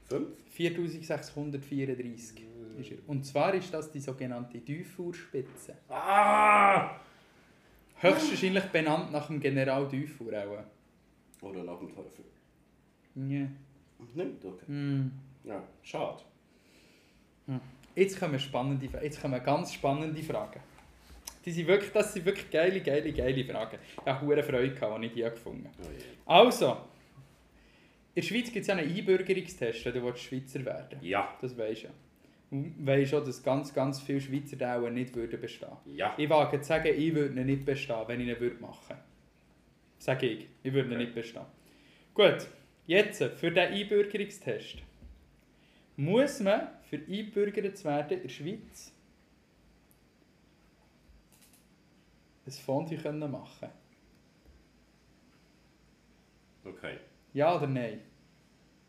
A: Fünf?
B: 4634 ist Geschirr. Und zwar ist das die sogenannte Dufour-Spitze.
A: Ah!
B: Höchstwahrscheinlich benannt nach dem General Dufour auch.
A: Oder nach dem Teufel.
B: Ja.
A: Nimmt, okay.
B: Hm.
A: Ja, schade.
B: Jetzt kommen spannende Fra- Jetzt kommen ganz spannende Fragen. Die sind wirklich, das sind wirklich geile, geile, geile Fragen. Ich habe hohe Freude gehabt, als ich die gefunden habe.
A: Oh, je.
B: Also, in der Schweiz gibt es ja einen Einbürgerungstest, wenn du willst Schweizer werden willst.
A: Ja,
B: Das weisst du ja. Du weisst auch, dass ganz, ganz viele Schweizer da auch nicht würden bestehen
A: ja.
B: Ich wage zu sagen, ich würde ihn nicht bestehen, wenn ich ihn würde machen würde. Sage ich. Ich würde ihn
A: Okay.
B: nicht bestehen. Gut, jetzt für den Einbürgerungstest. Muss man, für einbürgert zu werden in der Schweiz, ein Fondue können machen
A: Okay.
B: Ja oder nein?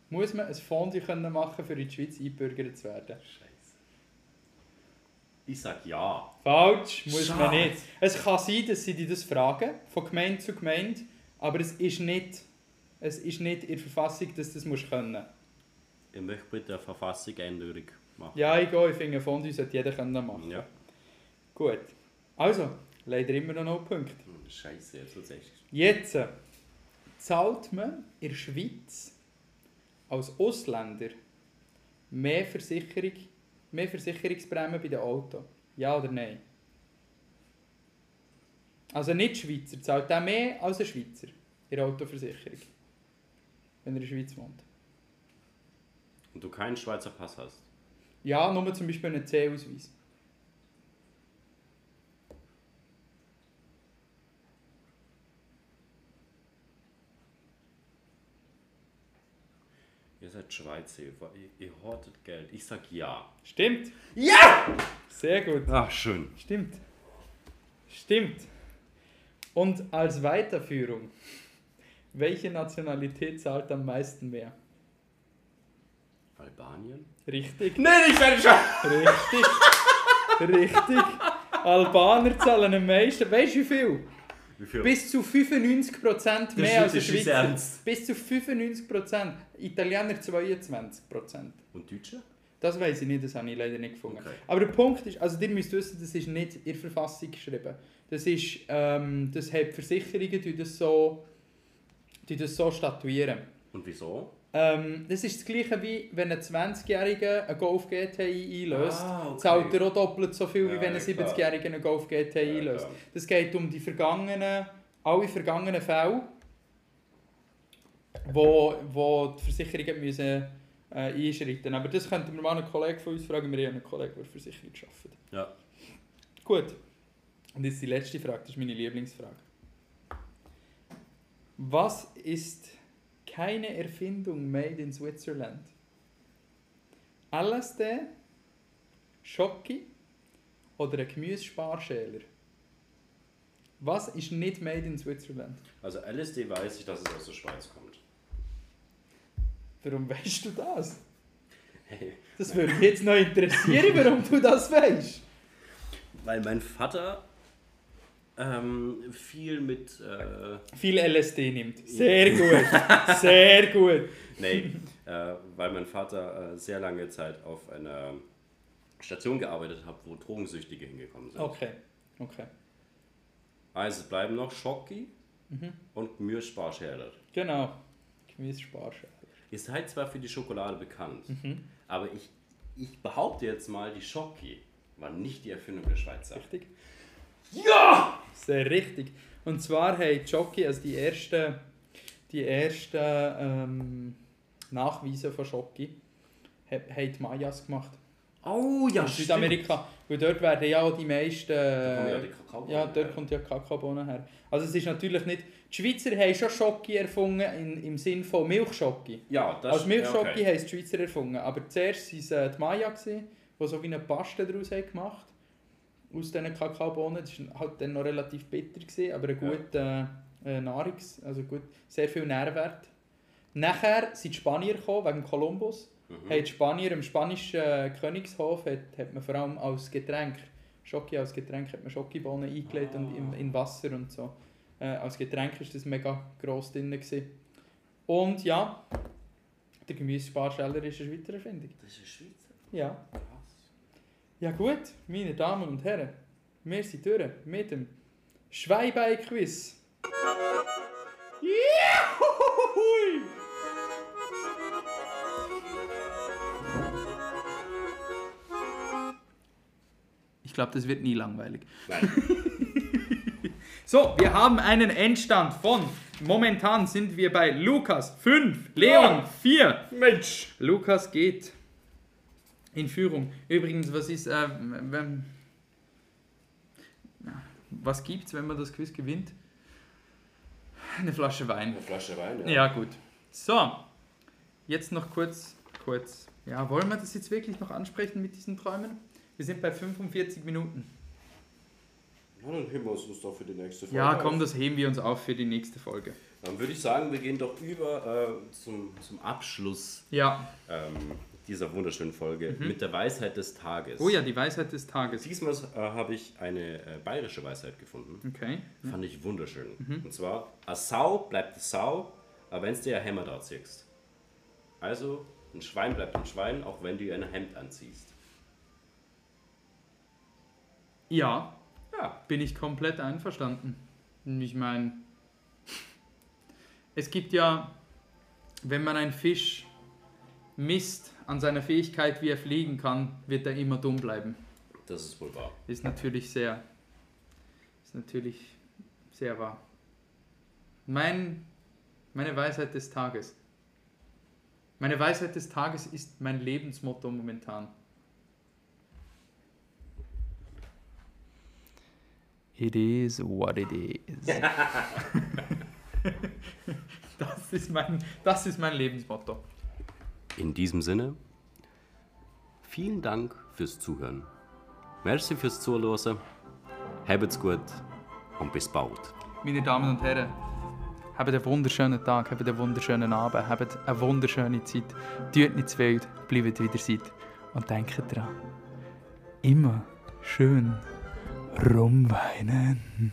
B: Muss man ein Fondue können machen, für in die Schweiz einbürgert zu werden?
A: Scheiße. Ich sag ja.
B: Falsch, muss man
A: Schade.
B: nicht. Es kann sein, dass sie dich das fragen, von Gemeinde zu Gemeinde, aber es ist nicht, es ist nicht in der Verfassung, dass du das musst können
A: Ich möchte bitte eine Verfassung Änderung machen.
B: Ja, ich gehe, ich finde, ein Fondue sollte jeder können machen.
A: Ja.
B: Gut. Also, leider immer noch null Punkte.
A: Hm, Scheiße, jetzt wird's echt.
B: Jetzt äh, zahlt man in der Schweiz als Ausländer mehr, Versicherung, mehr Versicherungsprämie bei den Auto. Ja oder nein? Also nicht Schweizer, zahlt auch mehr als ein Schweizer in der Autoversicherung, wenn er in der Schweiz wohnt.
A: Und du keinen Schweizer Pass hast.
B: Ja, nur zum Beispiel einen C-Ausweis.
A: Ihr seid Schweizer, ihr, ihr- ihr hortet Geld. Ich sag ja.
B: Stimmt?
A: Ja!
B: Sehr gut.
A: Ach, schön.
B: Stimmt. Stimmt. Und als Weiterführung, welche Nationalität zahlt am meisten mehr?
A: Albanien?
B: Richtig,
A: Nee, ich werde Scheiße!
B: richtig, richtig. Albaner zahlen am meisten. Weißt du wie viel?
A: Wie viel?
B: Bis zu 95%
A: ist-
B: mehr
A: das
B: als die
A: ist
B: Schweizer.
A: ernst.
B: Bis zu 95%. Italiener 22%.
A: Und Deutsche?
B: Das weiß ich nicht, das habe ich leider nicht gefunden.
A: Okay.
B: Aber der Punkt ist, also ihr müsst wissen, das ist nicht in der Verfassung geschrieben. Das ist, ähm, das hat die Versicherungen, die das so, die das so statuieren.
A: Und wieso?
B: Ähm, das ist das gleiche wie wenn ein 20-Jähriger einen Golf GTI einlöst,
A: Ah, okay.
B: zahlt er auch doppelt so viel,
A: Ja,
B: wie wenn
A: ja,
B: ein
A: klar.
B: 70-Jähriger einen Golf GTI
A: Ja,
B: einlöst.
A: klar.
B: Das geht um die vergangenen, alle vergangenen Fälle, wo, wo die Versicherungen müssen, äh, einschreiten Aber das könnten wir mal einen Kollegen von uns fragen, wir haben einen Kollegen, der für Versicherung arbeitet.
A: Ja.
B: Gut. Und jetzt die letzte Frage, das ist meine Lieblingsfrage. Was ist keine Erfindung made in Switzerland? LSD, Schocke oder ein Gemüsesparschäler? Was ist nicht made in Switzerland?
A: Also LSD weiß ich, dass es aus der Schweiz kommt.
B: Warum weißt du das?
A: Hey.
B: Das würde mich jetzt noch interessieren, warum du das weißt.
A: Weil mein Vater ähm, viel mit. Äh,
B: Viel LSD nimmt. Sehr gut. Sehr gut.
A: nee, äh, weil mein Vater äh, sehr lange Zeit auf einer Station gearbeitet hat, wo Drogensüchtige hingekommen sind.
B: Okay. Okay.
A: Also es bleiben noch Schocki
B: Mhm.
A: und Mürsparschäler.
B: Genau. Gemüsesparschäler.
A: Ihr seid zwar für die Schokolade bekannt,
B: Mhm.
A: aber ich, ich behaupte jetzt mal, die Schocki war nicht die Erfindung der Schweizer.
B: Richtig?
A: Ja!
B: Sehr richtig. Und zwar haben die Jockey, also die ersten, die ersten ähm, Nachweise von Jockey, ha- haben die Mayas gemacht.
A: Oh ja,
B: In Südamerika. Weil dort werden ja auch die meisten.
A: kommen ja
B: äh,
A: die Kakaobohnen
B: Ja, dort
A: her.
B: kommt ja Kakaobohnen her. Also es ist natürlich nicht. Die Schweizer haben schon Schocke erfunden in, im Sinn von Milchschocke.
A: Ja, das
B: Als Milchschocke
A: ja, okay.
B: haben es die Schweizer erfunden. Aber zuerst waren es äh, die Maya, gewesen, die so wie eine Paste daraus haben gemacht Aus diesen Kakaobohnen. Das war halt dann noch relativ bitter, gewesen, aber eine
A: Ja.
B: gute äh, äh, Nahrungs-, also gut, sehr viel Nährwert. Nachher sind die Spanier gekommen, wegen Kolumbus.
A: Mhm.
B: Haben die Spanier im spanischen äh, Königshof hat, hat man vor allem als Getränk, Schoki als Getränk, hat man Schokibohnen eingelegt und in, in Wasser und so. Äh, als Getränk ist das mega gross drin. Gewesen. Und ja, der Gemüsesparscheller ist eine Schweizer Erfindung.
A: Das ist eine Schweizer.
B: Ja,
A: Krass.
B: Ja gut, meine Damen und Herren, wir sind durch mit dem Schweinbein-Quiz. Juhuhuhui! Ich glaube, das wird nie langweilig.
A: Nein.
B: So, wir haben einen Endstand von. Momentan sind wir bei Lukas 5, Leon 4.
A: Mensch!
B: Lukas geht in Führung. Übrigens, was ist, äh, wenn, was gibt's, wenn man das Quiz gewinnt? Eine Flasche Wein.
A: Eine Flasche Wein, ja.
B: Ja, gut. So, jetzt noch kurz, kurz. Ja, wollen wir das jetzt wirklich noch ansprechen mit diesen Träumen? Wir sind bei 45 Minuten.
A: Na, dann heben wir uns das doch für die nächste Folge.
B: Ja, komm,
A: auf.
B: das heben wir uns auf für die nächste Folge.
A: Dann würde ich sagen, wir gehen doch über äh, zum, zum Abschluss
B: Ja.
A: ähm, dieser wunderschönen Folge mit der Weisheit des Tages.
B: Mhm. Oh ja, die Weisheit des Tages.
A: Diesmal äh, habe ich eine äh, bayerische Weisheit gefunden.
B: Okay.
A: Fand ich wunderschön. Und zwar, a Sau bleibt a Sau, aber wenn du ihr Hemd anziehst. Also, ein Schwein bleibt ein Schwein, auch wenn du ihr ein Hemd anziehst.
B: Ja,
A: Ja,
B: bin ich komplett einverstanden. Ich meine, es gibt ja, wenn man einen Fisch misst an seiner Fähigkeit, wie er fliegen kann, wird er immer dumm bleiben.
A: das ist wohl wahr.
B: Ist natürlich sehr, ist natürlich sehr wahr. Mein, meine Weisheit des Tages. Meine Weisheit des Tages ist mein Lebensmotto momentan. It is what it is. das, ist mein, das ist mein Lebensmotto.
A: In diesem Sinne, vielen Dank fürs Zuhören. Merci fürs Zuhören. Habt's gut und bis bald.
B: Meine Damen und Herren, habt einen wunderschönen Tag, habt einen wunderschönen Abend, habt eine wunderschöne Zeit. Tut nicht zu wild, bleibt wieder seid. Und denkt dran, immer schön rumweinen.